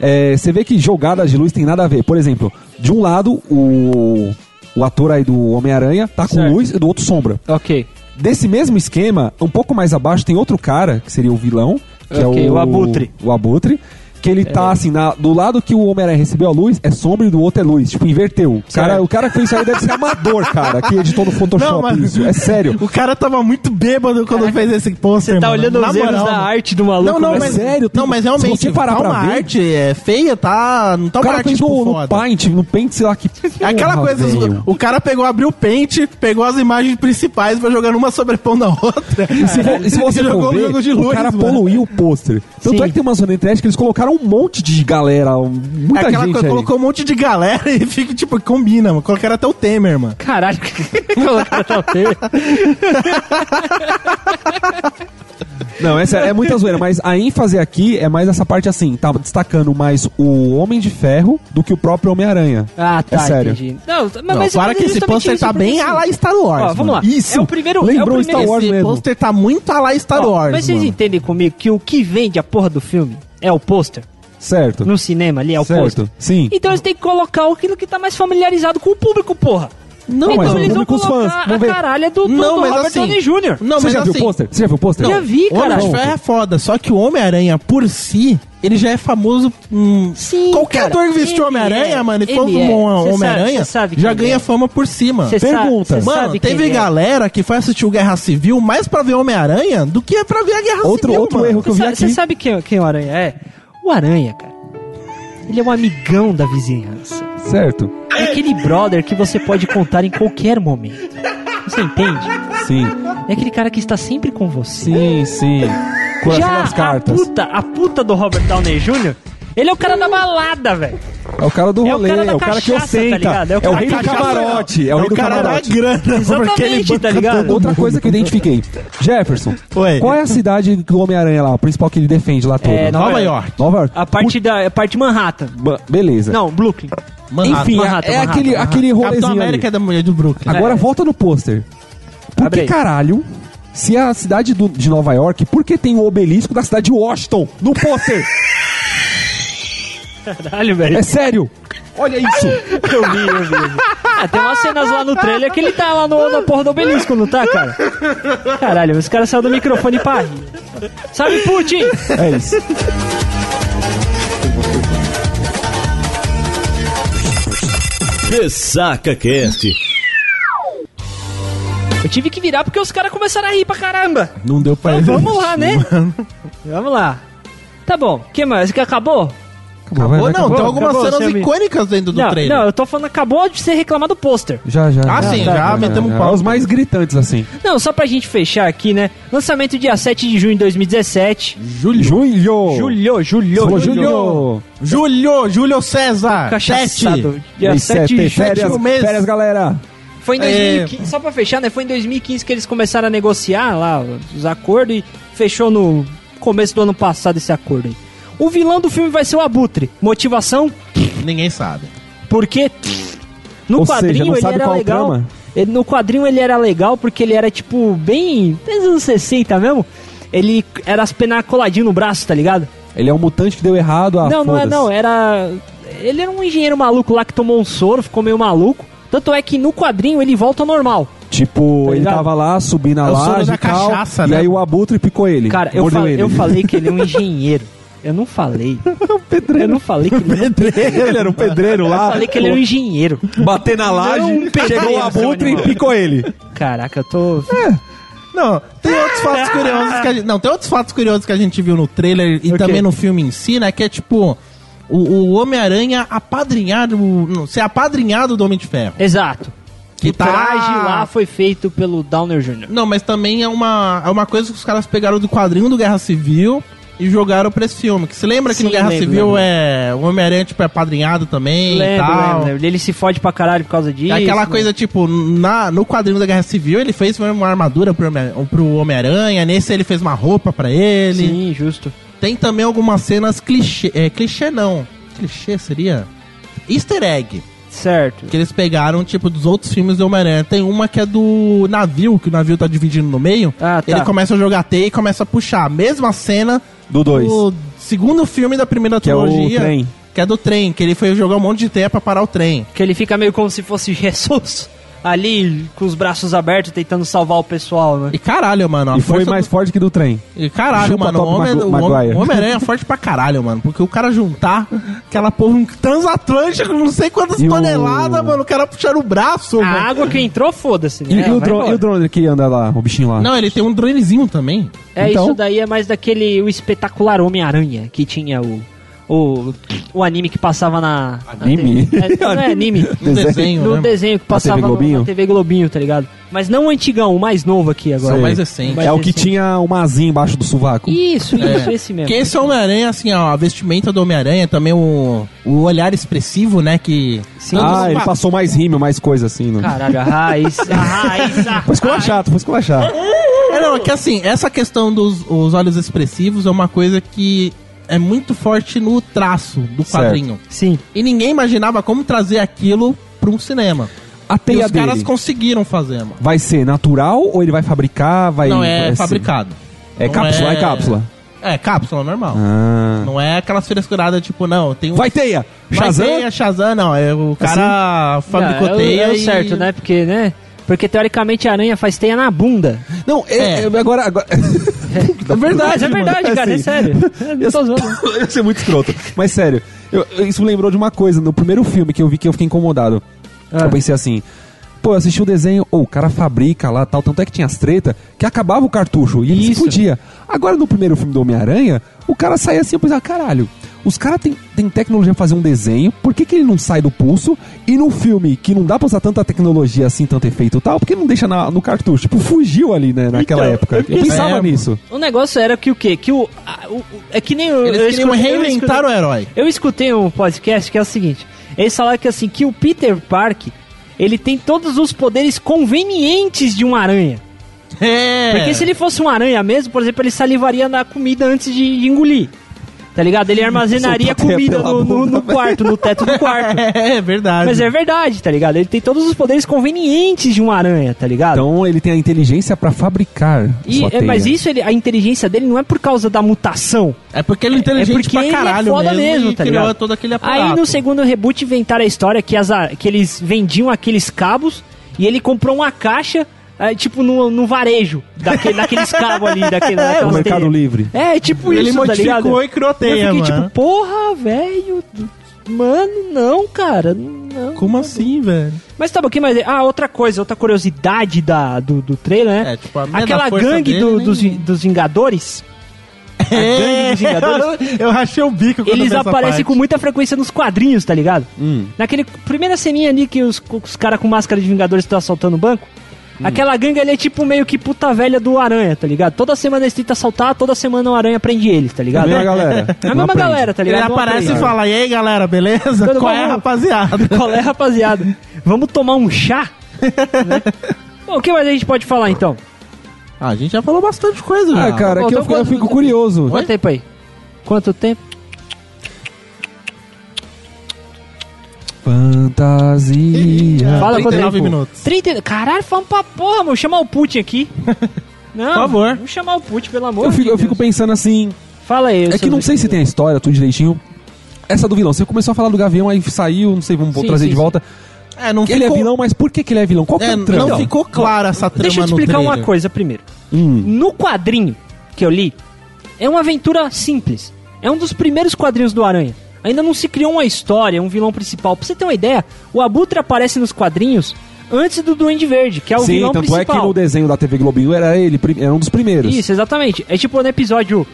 É, Você vê que jogadas de luz tem nada a ver. Por exemplo, de um lado, o, o ator aí do Homem-Aranha tá com
Certo.
luz e do outro sombra.
Ok. Tá
Desse mesmo esquema, um pouco mais abaixo, tem outro cara, que seria o vilão, que
Ok,
é o,
o Abutre.
O Abutre. Que ele
É.
tá assim, na- do lado que o Homem-Aranha recebeu a luz, é sombra e do outro é luz. Tipo, inverteu. O cara, o cara que fez isso aí deve ser amador, cara, que editou no Photoshop
Não, mas-
isso. É sério.
(laughs) O cara tava muito bêbado quando fez esse pôster.
Você tá
mano.
olhando
Na
os erros
moral,
da
mano.
arte do maluco. né?
Não, não,
é
mas,
sério, tem-
não, mas
se
realmente,
você parar
tá
pra
uma
ver-
arte é, feia, tá, não tá
O
uma
cara
arte,
fez
tipo,
no, no
foda.
Paint, no Paint, sei lá que...
É Aquela
Porra,
coisa,
velho.
o cara pegou, abriu o pente, pegou as imagens principais, foi jogando uma sobrepondo na outra.
E se, vo- e se você for ver, o cara
mano.
poluiu o pôster. Tanto
Sim.
é que tem uma zona internet que eles colocaram um monte de galera, um-
É
muita
aquela
gente
coisa,
aí.
colocou um monte de galera (laughs) e fica, tipo, combina, mano. Colocaram até o Temer, mano.
Caralho, (laughs) colocaram tal tema.
Não, essa é muita zoeira, mas a ênfase aqui é mais essa parte assim, tá destacando mais o Homem de Ferro do que o próprio Homem-Aranha.
Ah, tá,
É sério.
entendi. Não, mas-
Não,
mas
para
mas
que esse
justamente
pôster
isso,
tá
porque
bem
assim-
a lá Star Wars.
Ó, vamos lá.
mano.
É o primeiro- é o
Lembrou
primeiro-
Star Wars
Esse
mesmo.
pôster tá muito a lá Star
Ó,
Wars,
Mas vocês
mano.
entendem comigo que o que vende a porra do filme é o pôster?
Certo.
No cinema ali é o
certo.
pôster?
Sim.
Então eles têm que colocar aquilo que tá mais familiarizado com o público, porra.
Não,
então
mas não
eles vão
vamos com os
colocar
fãs,
a
vamos ver.
caralha do, do,
Não,
do
mas
Robert
assim-
Downey Jr.
Não,
Você
mas
já viu
assim-
o pôster? Você já viu o pôster?
Já vi, cara.
Homem de Ferro é foda, só que o Homem-Aranha por si, ele já é famoso. hum,
Sim,
Qualquer
cara.
ator que vestiu
Ele
Homem-Aranha,
é,
mano, e
ele
for
é.
um
Cê sabe- cê
Homem-Aranha,
sabe
já
quem
ganha
é.
fama por cima.
Cê sa-
Pergunta.
cê
Mano,
sabe quem
teve
é.
galera que foi assistir o Guerra Civil mais pra ver Homem-Aranha do que pra ver a Guerra
Outro-
Civil.
outro
mano.
erro que eu vi
Você sabe,
aqui.
você sabe quem, quem o Aranha é? O Aranha, cara. Ele é um amigão da vizinhança.
Certo.
É aquele brother que você pode contar em qualquer momento. Você entende?
Sim.
É aquele cara que está sempre com você.
Sim, sim. Coração
Já
das
a
cartas.
puta, a puta do Robert Downey Jr., ele é o cara da balada, velho.
É o cara do
É o
rolê,
cara da
é o cara que
cachaça, tá
ostenta.
ligado? É o
é o
cara
rei
da
do
cachaça,
camarote. É o
É
rei
o
do
cara da
camarote.
grana. porque ele
Exatamente, tá
banca
ligado?
todo
Outra coisa que eu identifiquei. Jefferson,
Oi.
qual é a cidade do Homem-Aranha lá, o principal que ele defende lá toda?
É,
Nova,
Nova
York.
Nova York.
A parte da a parte de Manhattan.
Ba- Beleza.
Não, Brooklyn.
Manhattan.
Enfim,
Manhattan,
é
Manhattan,
aquele,
Manhattan.
aquele
Capitão
rolezinho ali.
América é da mulher do Brooklyn.
Agora
É.
volta no pôster. Por
Abre
que
aí.
caralho, se a cidade do- de Nova York, por que tem o obelisco da cidade de Washington no
(laughs)
pôster?
Caralho, velho.
(laughs) é sério. Olha isso.
Eu vi, eu vi. eu vi. Ah, tem umas cenas lá no trailer que ele tá lá no, na porra do obelisco, não tá, cara? Caralho, esse cara saiu do microfone pra rir. Sabe, Putin?
É isso.
Ressaca Cast.
Eu tive que virar porque os caras começaram a rir pra caramba.
Não deu pra
Então
ele.
vamos lá, né? Vamos lá. Tá bom, que mais? Que acabou?
Acabou,
Ou não, tem
acabou,
algumas
acabou,
cenas
Sammy.
icônicas dentro do
não,
trailer.
não, eu tô falando, acabou de ser reclamado do pôster.
Já, já.
Ah, sim, já metemos um pau.
Os mais gritantes, assim.
Não, só pra gente fechar aqui, né? Lançamento dia 7 de junho de 2017.
Julho. Julho.
Julho, julho,
Falou, Julho.
Júlio, Júlio César.
Cachaçado.
Sete.
Dia
Mês
7 de
sete,
junho.
férias,
um mês.
férias, galera.
Foi em
É.
2015, só pra fechar, né? Foi em 2015 que eles começaram a negociar lá os acordos e fechou no começo do ano passado esse acordo aí. O vilão do filme vai ser o Abutre. Motivação?
Ninguém sabe.
Porque no
Ou seja,
quadrinho
não
ele
sabe
era
qual o
legal.
trama?
Ele- no quadrinho ele era legal porque ele era tipo bem, desde os anos 60 mesmo. Ele era as penas coladinho no braço, tá ligado?
Ele é um mutante que deu errado. Ah,
não, não é
foda-se.
não, era ele era um engenheiro maluco lá que tomou um soro, ficou meio maluco. Tanto é que no quadrinho ele volta ao normal.
Tipo,
Tá
ele
ligado?
tava lá subindo a
É o sono
laje
da
e tal.
cachaça,
e
né?
aí o abutre picou ele.
Cara, eu,
mordeu
fa-
ele. É um
eu falei que ele é um engenheiro. Eu não
(laughs)
falei. Eu não falei que ele era um
pedreiro. (laughs) ele era um pedreiro lá.
Eu falei que ele era um engenheiro.
(laughs) Bater na laje,
Não, um pedreiro,
chegou o
seu
abutre e
animal.
picou ele.
Caraca, eu tô.
É.
Não, tem
(laughs)
outros fatos curiosos que a gente, não, tem outros fatos curiosos que a gente viu no trailer e
Ok.
também no filme em si, né, que é tipo o, o Homem-Aranha apadrinhado, não, ser apadrinhado do Homem de Ferro.
Exato.
Que
o traje
tá-
lá foi feito pelo Downer Jr.
Não, mas também é uma, é uma coisa que os caras pegaram do quadrinho do Guerra Civil e jogaram pra esse filme. Que se lembra que
Sim,
no Guerra
lembro,
Civil
lembro.
é o Homem-Aranha tipo, é apadrinhado também e
Lembro,
tal.
lembro, lembro. Ele se fode pra caralho por causa disso.
É Aquela
né?
coisa, tipo, na, no quadrinho da Guerra Civil ele fez uma armadura pro Homem- pro Homem-Aranha, nesse ele fez uma roupa pra ele.
Sim, justo.
Tem também algumas cenas clichê. É, clichê não. Clichê seria? Easter egg.
Certo.
Que eles pegaram, tipo, dos outros filmes do Homem-Aranha. Tem uma que é do navio, que o navio tá dividindo no meio.
Ah, tá.
Ele começa a jogar teia e começa a puxar. A mesma cena
Do dois.
do segundo filme da primeira
Que é o
trilogia.
trem.
Que é do trem, que ele foi jogar um monte de teia pra parar o trem.
Que ele fica meio como se fosse (laughs) Jesus. Ali, com os braços abertos, tentando salvar o pessoal, né?
E caralho, mano. a
E foi
força
mais
do-
forte que do trem.
E caralho,
Chupa
mano. O
Top
Homem-
Magu-
o Homem-
Maguire.
o Homem-Aranha é forte pra caralho, mano. Porque o cara juntar aquela porra um transatlântico, não sei quantas
E o-
toneladas, mano. O cara puxar o braço,
A
mano.
água que entrou, foda-se.
E,
né?
e o
Vai
dro-
embora.
e o drone que anda lá, o bichinho lá?
Não, ele tem um dronezinho também.
É,
Então-
isso daí é mais daquele o espetacular Homem-Aranha que tinha o, o. O anime que passava na. na
Anime?
TV.
(laughs)
É, não é anime.
Um
Desenho.
desenho,
No
né?
desenho que passava no-
Globinho?
na TV Globinho, tá ligado? Mas não o antigão, o mais novo aqui agora.
Sei.
mais recente.
É o que
recente.
tinha uma asinha embaixo do sovaco.
Isso, isso,
É.
esse mesmo.
Que esse Homem-Aranha, assim, ó, a vestimenta do Homem-Aranha, também o, o olhar expressivo, né, que...
Sim.
ah, ele
pa-
passou mais rímel, mais coisa assim. Não.
Caralho, a raiz. (laughs) A raiz, a
Foi
raiz.
esculachado, foi esculachado.
É, não, que assim, essa questão dos os olhos expressivos é uma coisa que é muito forte no traço do
Certo.
quadrinho.
Sim.
E ninguém imaginava como trazer aquilo pra um cinema.
A
E
teia
os caras
dele
conseguiram fazer, mano.
vai ser natural ou ele vai fabricar? Vai,
Não é
vai ser-
fabricado.
É
Não
cápsula, é cápsula.
É, cápsula normal.
Ah.
Não é aquelas frescuradas, tipo, não, tem um...
Vai teia!
Vai
Shazam? Assim?
teia, Shazam, não. É, o cara fabricou
Não, é o-
teia
é o
e-
certo, né? Porque, né? Porque teoricamente a aranha faz teia na bunda.
Não, é,
É.
é, agora... agora... (laughs)
É
Mas
verdade,
é verdade,
mano,
cara, é
assim.
(laughs)
sério. Não tô zoando.
(laughs) Ia ser muito escroto. Mas sério, eu- eu- isso me lembrou de uma coisa. No primeiro filme que eu vi que eu fiquei incomodado.
Ah.
Eu pensei assim... Pô, eu assisti o desenho, ou o cara fabrica lá tal, tanto é que tinha as treta que acabava o cartucho e ele
Isso.
explodia. Agora no primeiro filme do Homem-Aranha, o cara saía assim e pensava, caralho, Os caras têm têm tecnologia pra fazer um desenho, por que, que ele não sai do pulso? E no filme, que não dá pra usar tanta tecnologia assim, tanto efeito e tal, por que não deixa na- no cartucho? Tipo, fugiu ali, né, naquela
Então,
época.
eu
Eu pensava
pensava.
nisso.
O negócio era que o quê? Que o. a- o- o- é que nem o. eu
Eles queriam
escutei- eu
reinventar o herói.
Eu escutei um podcast que é o seguinte: eles falaram que assim, que o Peter Park ele tem todos os poderes convenientes de uma aranha.
É.
Porque se ele fosse uma aranha mesmo, por exemplo, ele salivaria na comida antes de engolir. Tá ligado? Ele
(laughs)
armazenaria a
Soltar teia
comida
pela
no, no-
bunda,
no
velho.
quarto, no teto do quarto.
(laughs) É, é verdade.
Mas é verdade, tá ligado? Ele tem todos os poderes convenientes de uma aranha, tá ligado?
Então ele tem a inteligência pra fabricar.
E-
sua
é, mas
teia.
isso, ele- a inteligência dele não é por causa da mutação.
É porque ele é inteligente
é porque
pra
ele é
caralho
foda
mesmo,
mesmo,
e
tá
criou
ligado?
todo aquele aparato.
Aí no segundo reboot inventaram a história que, as a- que eles vendiam aqueles cabos e ele comprou uma caixa, eh, tipo, no, no varejo, daquele, daqueles cabos ali,
(laughs) É,
daquele,
O
daquelas
Mercado
telhas.
Livre.
É, tipo
Ele
isso, tá ligado?
modificou e criou
E
teia,
eu fiquei
mano.
tipo, porra, velho. do- Mano, não, cara. Não.
Como assim, velho?
Mas tá bom, que mais? Ah, outra coisa, outra curiosidade da, do, do trailer, né?
É, tipo, a minha
Aquela
da força
gangue
dele
do-
nem-
dos, vi- dos Vingadores, gangue dos Vingadores.
É. (laughs) eu rachei o bico quando eu
eles
vi essa
aparecem
parte.
com muita frequência nos quadrinhos, tá ligado?
Hum.
Naquele primeira ceninha ali que os, os caras com máscara de Vingadores estão assaltando o banco.
Hum.
Aquela gangue ali é tipo meio que puta velha do Aranha, tá ligado? Toda semana eles tentam assaltar, toda semana o Aranha prende eles, tá
É a
ligado?
mesma galera.
É a
Não
mesma
aprende.
galera, tá
Ele
ligado? Não
aparece e
aprende.
fala, e aí, galera, beleza?
Todo
Qual é,
mundo-
rapaziada?
Qual é, rapaziada? Vamos tomar um
(laughs)
chá? Né? Bom, o que mais a gente pode falar então?
Ah, a gente já falou bastante coisa,
Ah,
já.
cara,
Bom,
que eu,
então
fico- eu
quanto-
fico curioso.
Quanto tempo aí? Quanto tempo?
Fantasia.
Fala quanto
39
tempo.
minutos.
30... Caralho, fala pra porra, mano. Chamar o Putin
(laughs)
aqui. Não,
Por favor.
Vamos chamar o Putin, pelo amor
Eu fico,
de
eu fico
Deus.
pensando assim,
Fala aí.
É que não sei se tem a história, tudo direitinho. Essa do vilão. Você começou a falar do Gavião, aí saiu, não sei, vamos
Sim,
trazer
sim,
de
sim.
volta.
É, não
Ele é
ficou...
vilão, mas por que, que ele é vilão? Qual que é,
É,
o
não
trama?
ficou clara essa trama
Deixa eu te
no
explicar uma
trailer.
coisa primeiro.
Hum,
No quadrinho que eu li, é uma aventura simples. É um dos primeiros quadrinhos do Aranha. Ainda não se criou uma história, um vilão principal. Pra você ter uma ideia, o Abutre aparece nos quadrinhos antes do Duende Verde, que é o
Sim,
vilão
tanto é que
principal.
no desenho da TV Globinho era ele, prim- era um dos primeiros.
Isso, exatamente. É tipo no episódio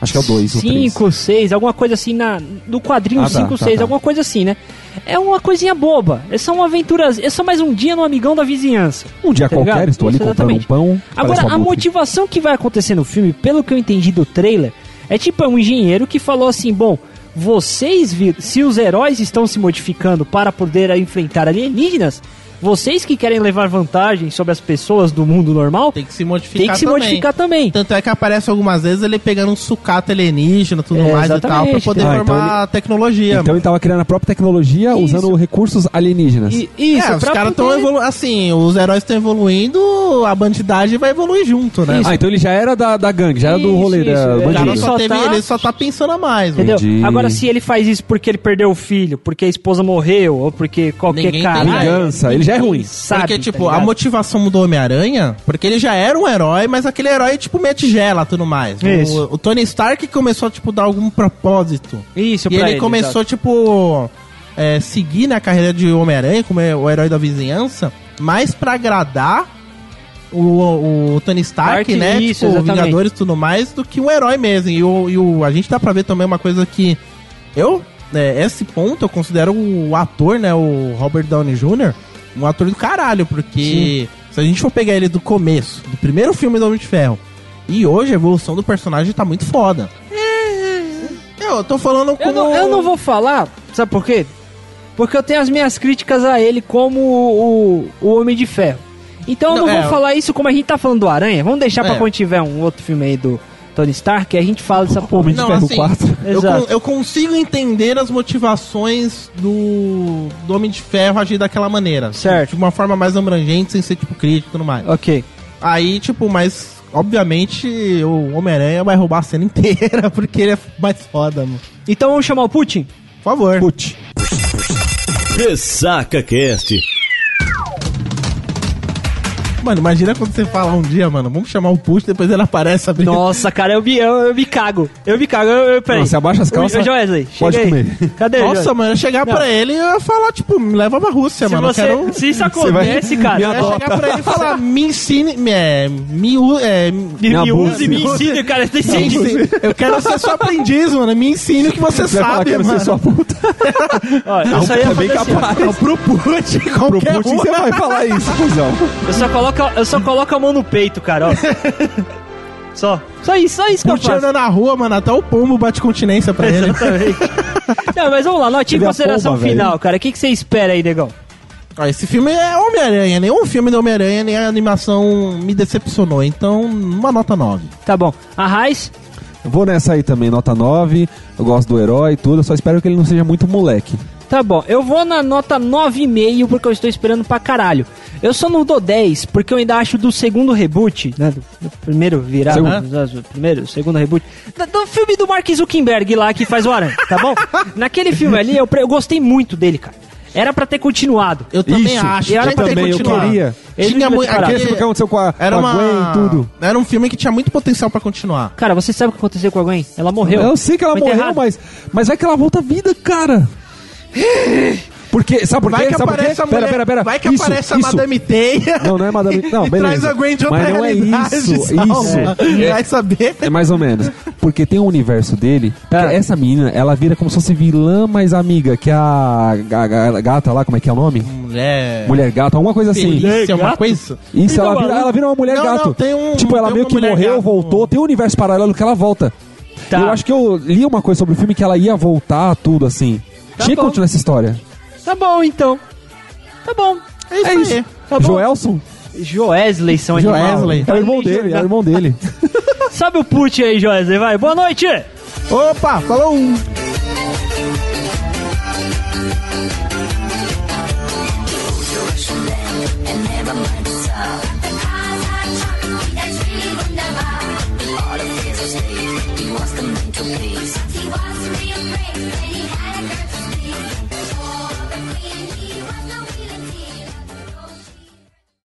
Acho que é o 2, o 3.
5, 6, alguma coisa assim, na, no quadrinho
Ah, tá,
5,
tá,
6,
tá.
alguma coisa assim, né? É uma coisinha boba. É só uma aventura. É só mais um dia no amigão da vizinhança.
Um dia
Tá
qualquer,
ligado?
estou ali
Isso,
comprando
exatamente.
um pão.
Agora,
parece uma
a
boca.
motivação que vai acontecer no filme, pelo que eu entendi do trailer, é tipo é um engenheiro que falou assim: bom, vocês, vi- se os heróis estão se modificando para poder enfrentar alienígenas, vocês que querem levar vantagem sobre as pessoas do mundo normal, tem
Tem
que,
que se modificar
se
também.
modificar também.
Tanto é que aparece algumas vezes ele pegando um sucata alienígena, tudo
É,
mais e tal, pra
exatamente,
poder
cara. Ah, então
formar a tecnologia.
Então ele tava criando a própria tecnologia
Isso.
usando recursos alienígenas.
E- isso,
é, os
pra
caras estão
poder-
evoluindo. Assim, os heróis estão evoluindo, a bandidagem vai evoluir junto, né?
Ah, então ele já era da, da gangue, já era do
Isso,
rolê
isso,
da
é.
O cara
bandido.
Só
só teve,
tá-
ele só tá pensando a mais, mano.
Entendeu?
Entendi.
Agora, se ele faz isso porque ele perdeu o filho, porque a esposa morreu, ou porque qualquer
Ninguém tem
caralho,
Vingança, ele já é
ninguém
ruim.
sabe,
porque, tipo,
tá
a
ligado?
motivação do Homem-Aranha, porque ele já era um herói, mas aquele herói, tipo, meia tigela, tudo mais.
Isso.
O, o Tony Stark começou, tipo, a dar algum propósito.
Isso,
e
pra
ele, começou, tipo, é, seguir na carreira de Homem-Aranha, como é o herói da vizinhança, mais pra agradar o, o Tony Stark,
Stark,
né?
isso,
tipo,
exatamente.
Vingadores e tudo mais, do que um herói mesmo. E, o, e o- a gente dá pra ver também uma coisa que eu, né, esse ponto, eu considero o ator, né? O Robert Downey Jr., um ator do caralho, porque se a gente for pegar ele do começo, do primeiro filme do Homem de Ferro, e hoje a evolução do personagem tá muito foda. Eu tô falando como...
É. Eu não, eu não vou falar, sabe por quê? Porque eu tenho as minhas críticas a ele como o, o, o Homem de Ferro. Então eu não,
Não,
vou
é.
falar isso como a gente tá falando do Aranha. Vamos deixar pra
É.
quando tiver um outro filme aí do Tony Stark, a gente fala dessa porra.
Homem de
Não,
Ferro
assim,
(laughs)
4.
Eu,
Exato.
con- eu consigo entender as motivações do, do Homem de Ferro agir daquela maneira.
Certo.
De uma forma mais abrangente, sem ser, tipo, crítico e tudo mais.
Ok.
Aí, tipo, mas... Obviamente, o Homem-Aranha vai roubar a cena (laughs) inteira, porque ele é mais foda, mano.
Então vamos chamar o
(laughs)
Putin?
Por favor.
Putz.
Ressaca Cast.
Mano, imagina quando você fala um dia, mano, vamos chamar o Push, depois ele aparece abrindo.
Nossa, cara, eu me, eu, eu me cago. Eu me cago. Eu, eu, peraí.
Não, você abaixa as calças,
Ô, Joe Wesley,
pode
chega aí.
comer.
Cadê
Nossa,
Joe?
mano, eu ia chegar
Não.
pra ele e eu ia falar, tipo, me leva pra Rússia,
Se,
mano.
você,
eu quero.
se isso
Você vai-
acontece, cara.
Me
Eu ia
adota.
chegar pra ele e falar, me ensine. Me, (laughs) é, me, u- é, me-
Me,
Me
me
abuse.
use, me ensine, um cara. Tem
me
sentido.
ensine. Eu
(laughs)
quero ser seu aprendiz, mano. Me ensine o que você
Você vai falar que
sabe,
eu
mano.
sou sua puta.
Ó, eu só ia
é bem
fazer assim, ó.
capaz.
Não, pro Putin,
Pro
qualquer
Putin
um.
você vai falar isso, cuzão.
Eu só coloco, eu só coloco a mão no peito, cara, ó. Só. Só isso, só isso que eu
Putin
faço.
anda Tá na rua, mano, até o pombo bate continência pra ele.
Exatamente. Não, mas vamos lá, notinha em
Ele é a
consideração
pomba,
final, cara. O que, que você espera aí, negão?
Ó, esse filme é Homem-Aranha, nenhum filme do Homem-Aranha, nem a animação me decepcionou, então uma nota 9.
Tá bom. A Raiz,
Vou nessa aí também, nota 9. Eu gosto do herói e tudo. Eu só espero que ele não seja muito moleque.
Tá bom, eu vou na nota 9,5 porque eu estou esperando pra caralho. Eu só não dou 10 porque eu ainda acho do segundo reboot, né? Do, do primeiro virar. né,
Segundo.
do- do Primeiro, segundo reboot. da- Do, filme do Mark Zuckerberg lá que faz o Aranha, tá
(laughs)
bom? Naquele filme ali eu, pre- eu gostei muito dele, cara. Era pra ter continuado.
Eu também acho.
eu
que tem que
também, eu
continuar.
queria.
Eles
Tinha
não
muito.
separaram.
Aquele
aquele-
filme que aconteceu com a,
Era
com a
uma.
um Gwen e tudo.
Era um filme que tinha muito potencial pra continuar.
Cara, você sabe o que aconteceu com a Gwen? Ela morreu.
Eu sei que ela
Foi
morreu,
enterrada.
mas. Mas vai que ela volta à vida, cara. Porque, sabe por quê?
Vai que
sabe por quê?
aparece a mulher.
Pera, pera, pera.
Vai que
Isso,
aparece a
isso.
Madame Teia.
Não, não é Madame- não,
(laughs) e
beleza.
traz a Gwen de outra
Mas não é
realidade, (laughs)
isso,
Salma.
isso.
Vai saber.
É mais ou menos. Porque tem um universo dele. que
Tá.
Ah.
Essa menina, ela vira como se fosse vilã mais amiga, que é a, a- a- a gata lá, como é que é o nome?
Mulher.
Mulher gata, alguma coisa assim.
Delícia, uma
Gato.
coisa.
Isso,
Então,
ela vira,
maluco.
ela vira uma mulher
Não,
gato.
não, tem um-
tipo, ela
tem
meio
uma
que
mulher
morreu,
gato.
voltou. Tem um universo paralelo que ela volta.
Tá.
Eu acho que eu li uma coisa sobre o filme que ela ia voltar, tudo assim.
Tá
Tinha que
bom.
continuar essa história.
Tá bom, então. Tá bom.
É isso,
É isso.
aí.
Tá bom.
Joelson?
Joesley são animal.
Joesley.
É o irmão dele, é o irmão dele.
Sobe o put aí, Joesley, vai. Boa noite!
Opa, falou um.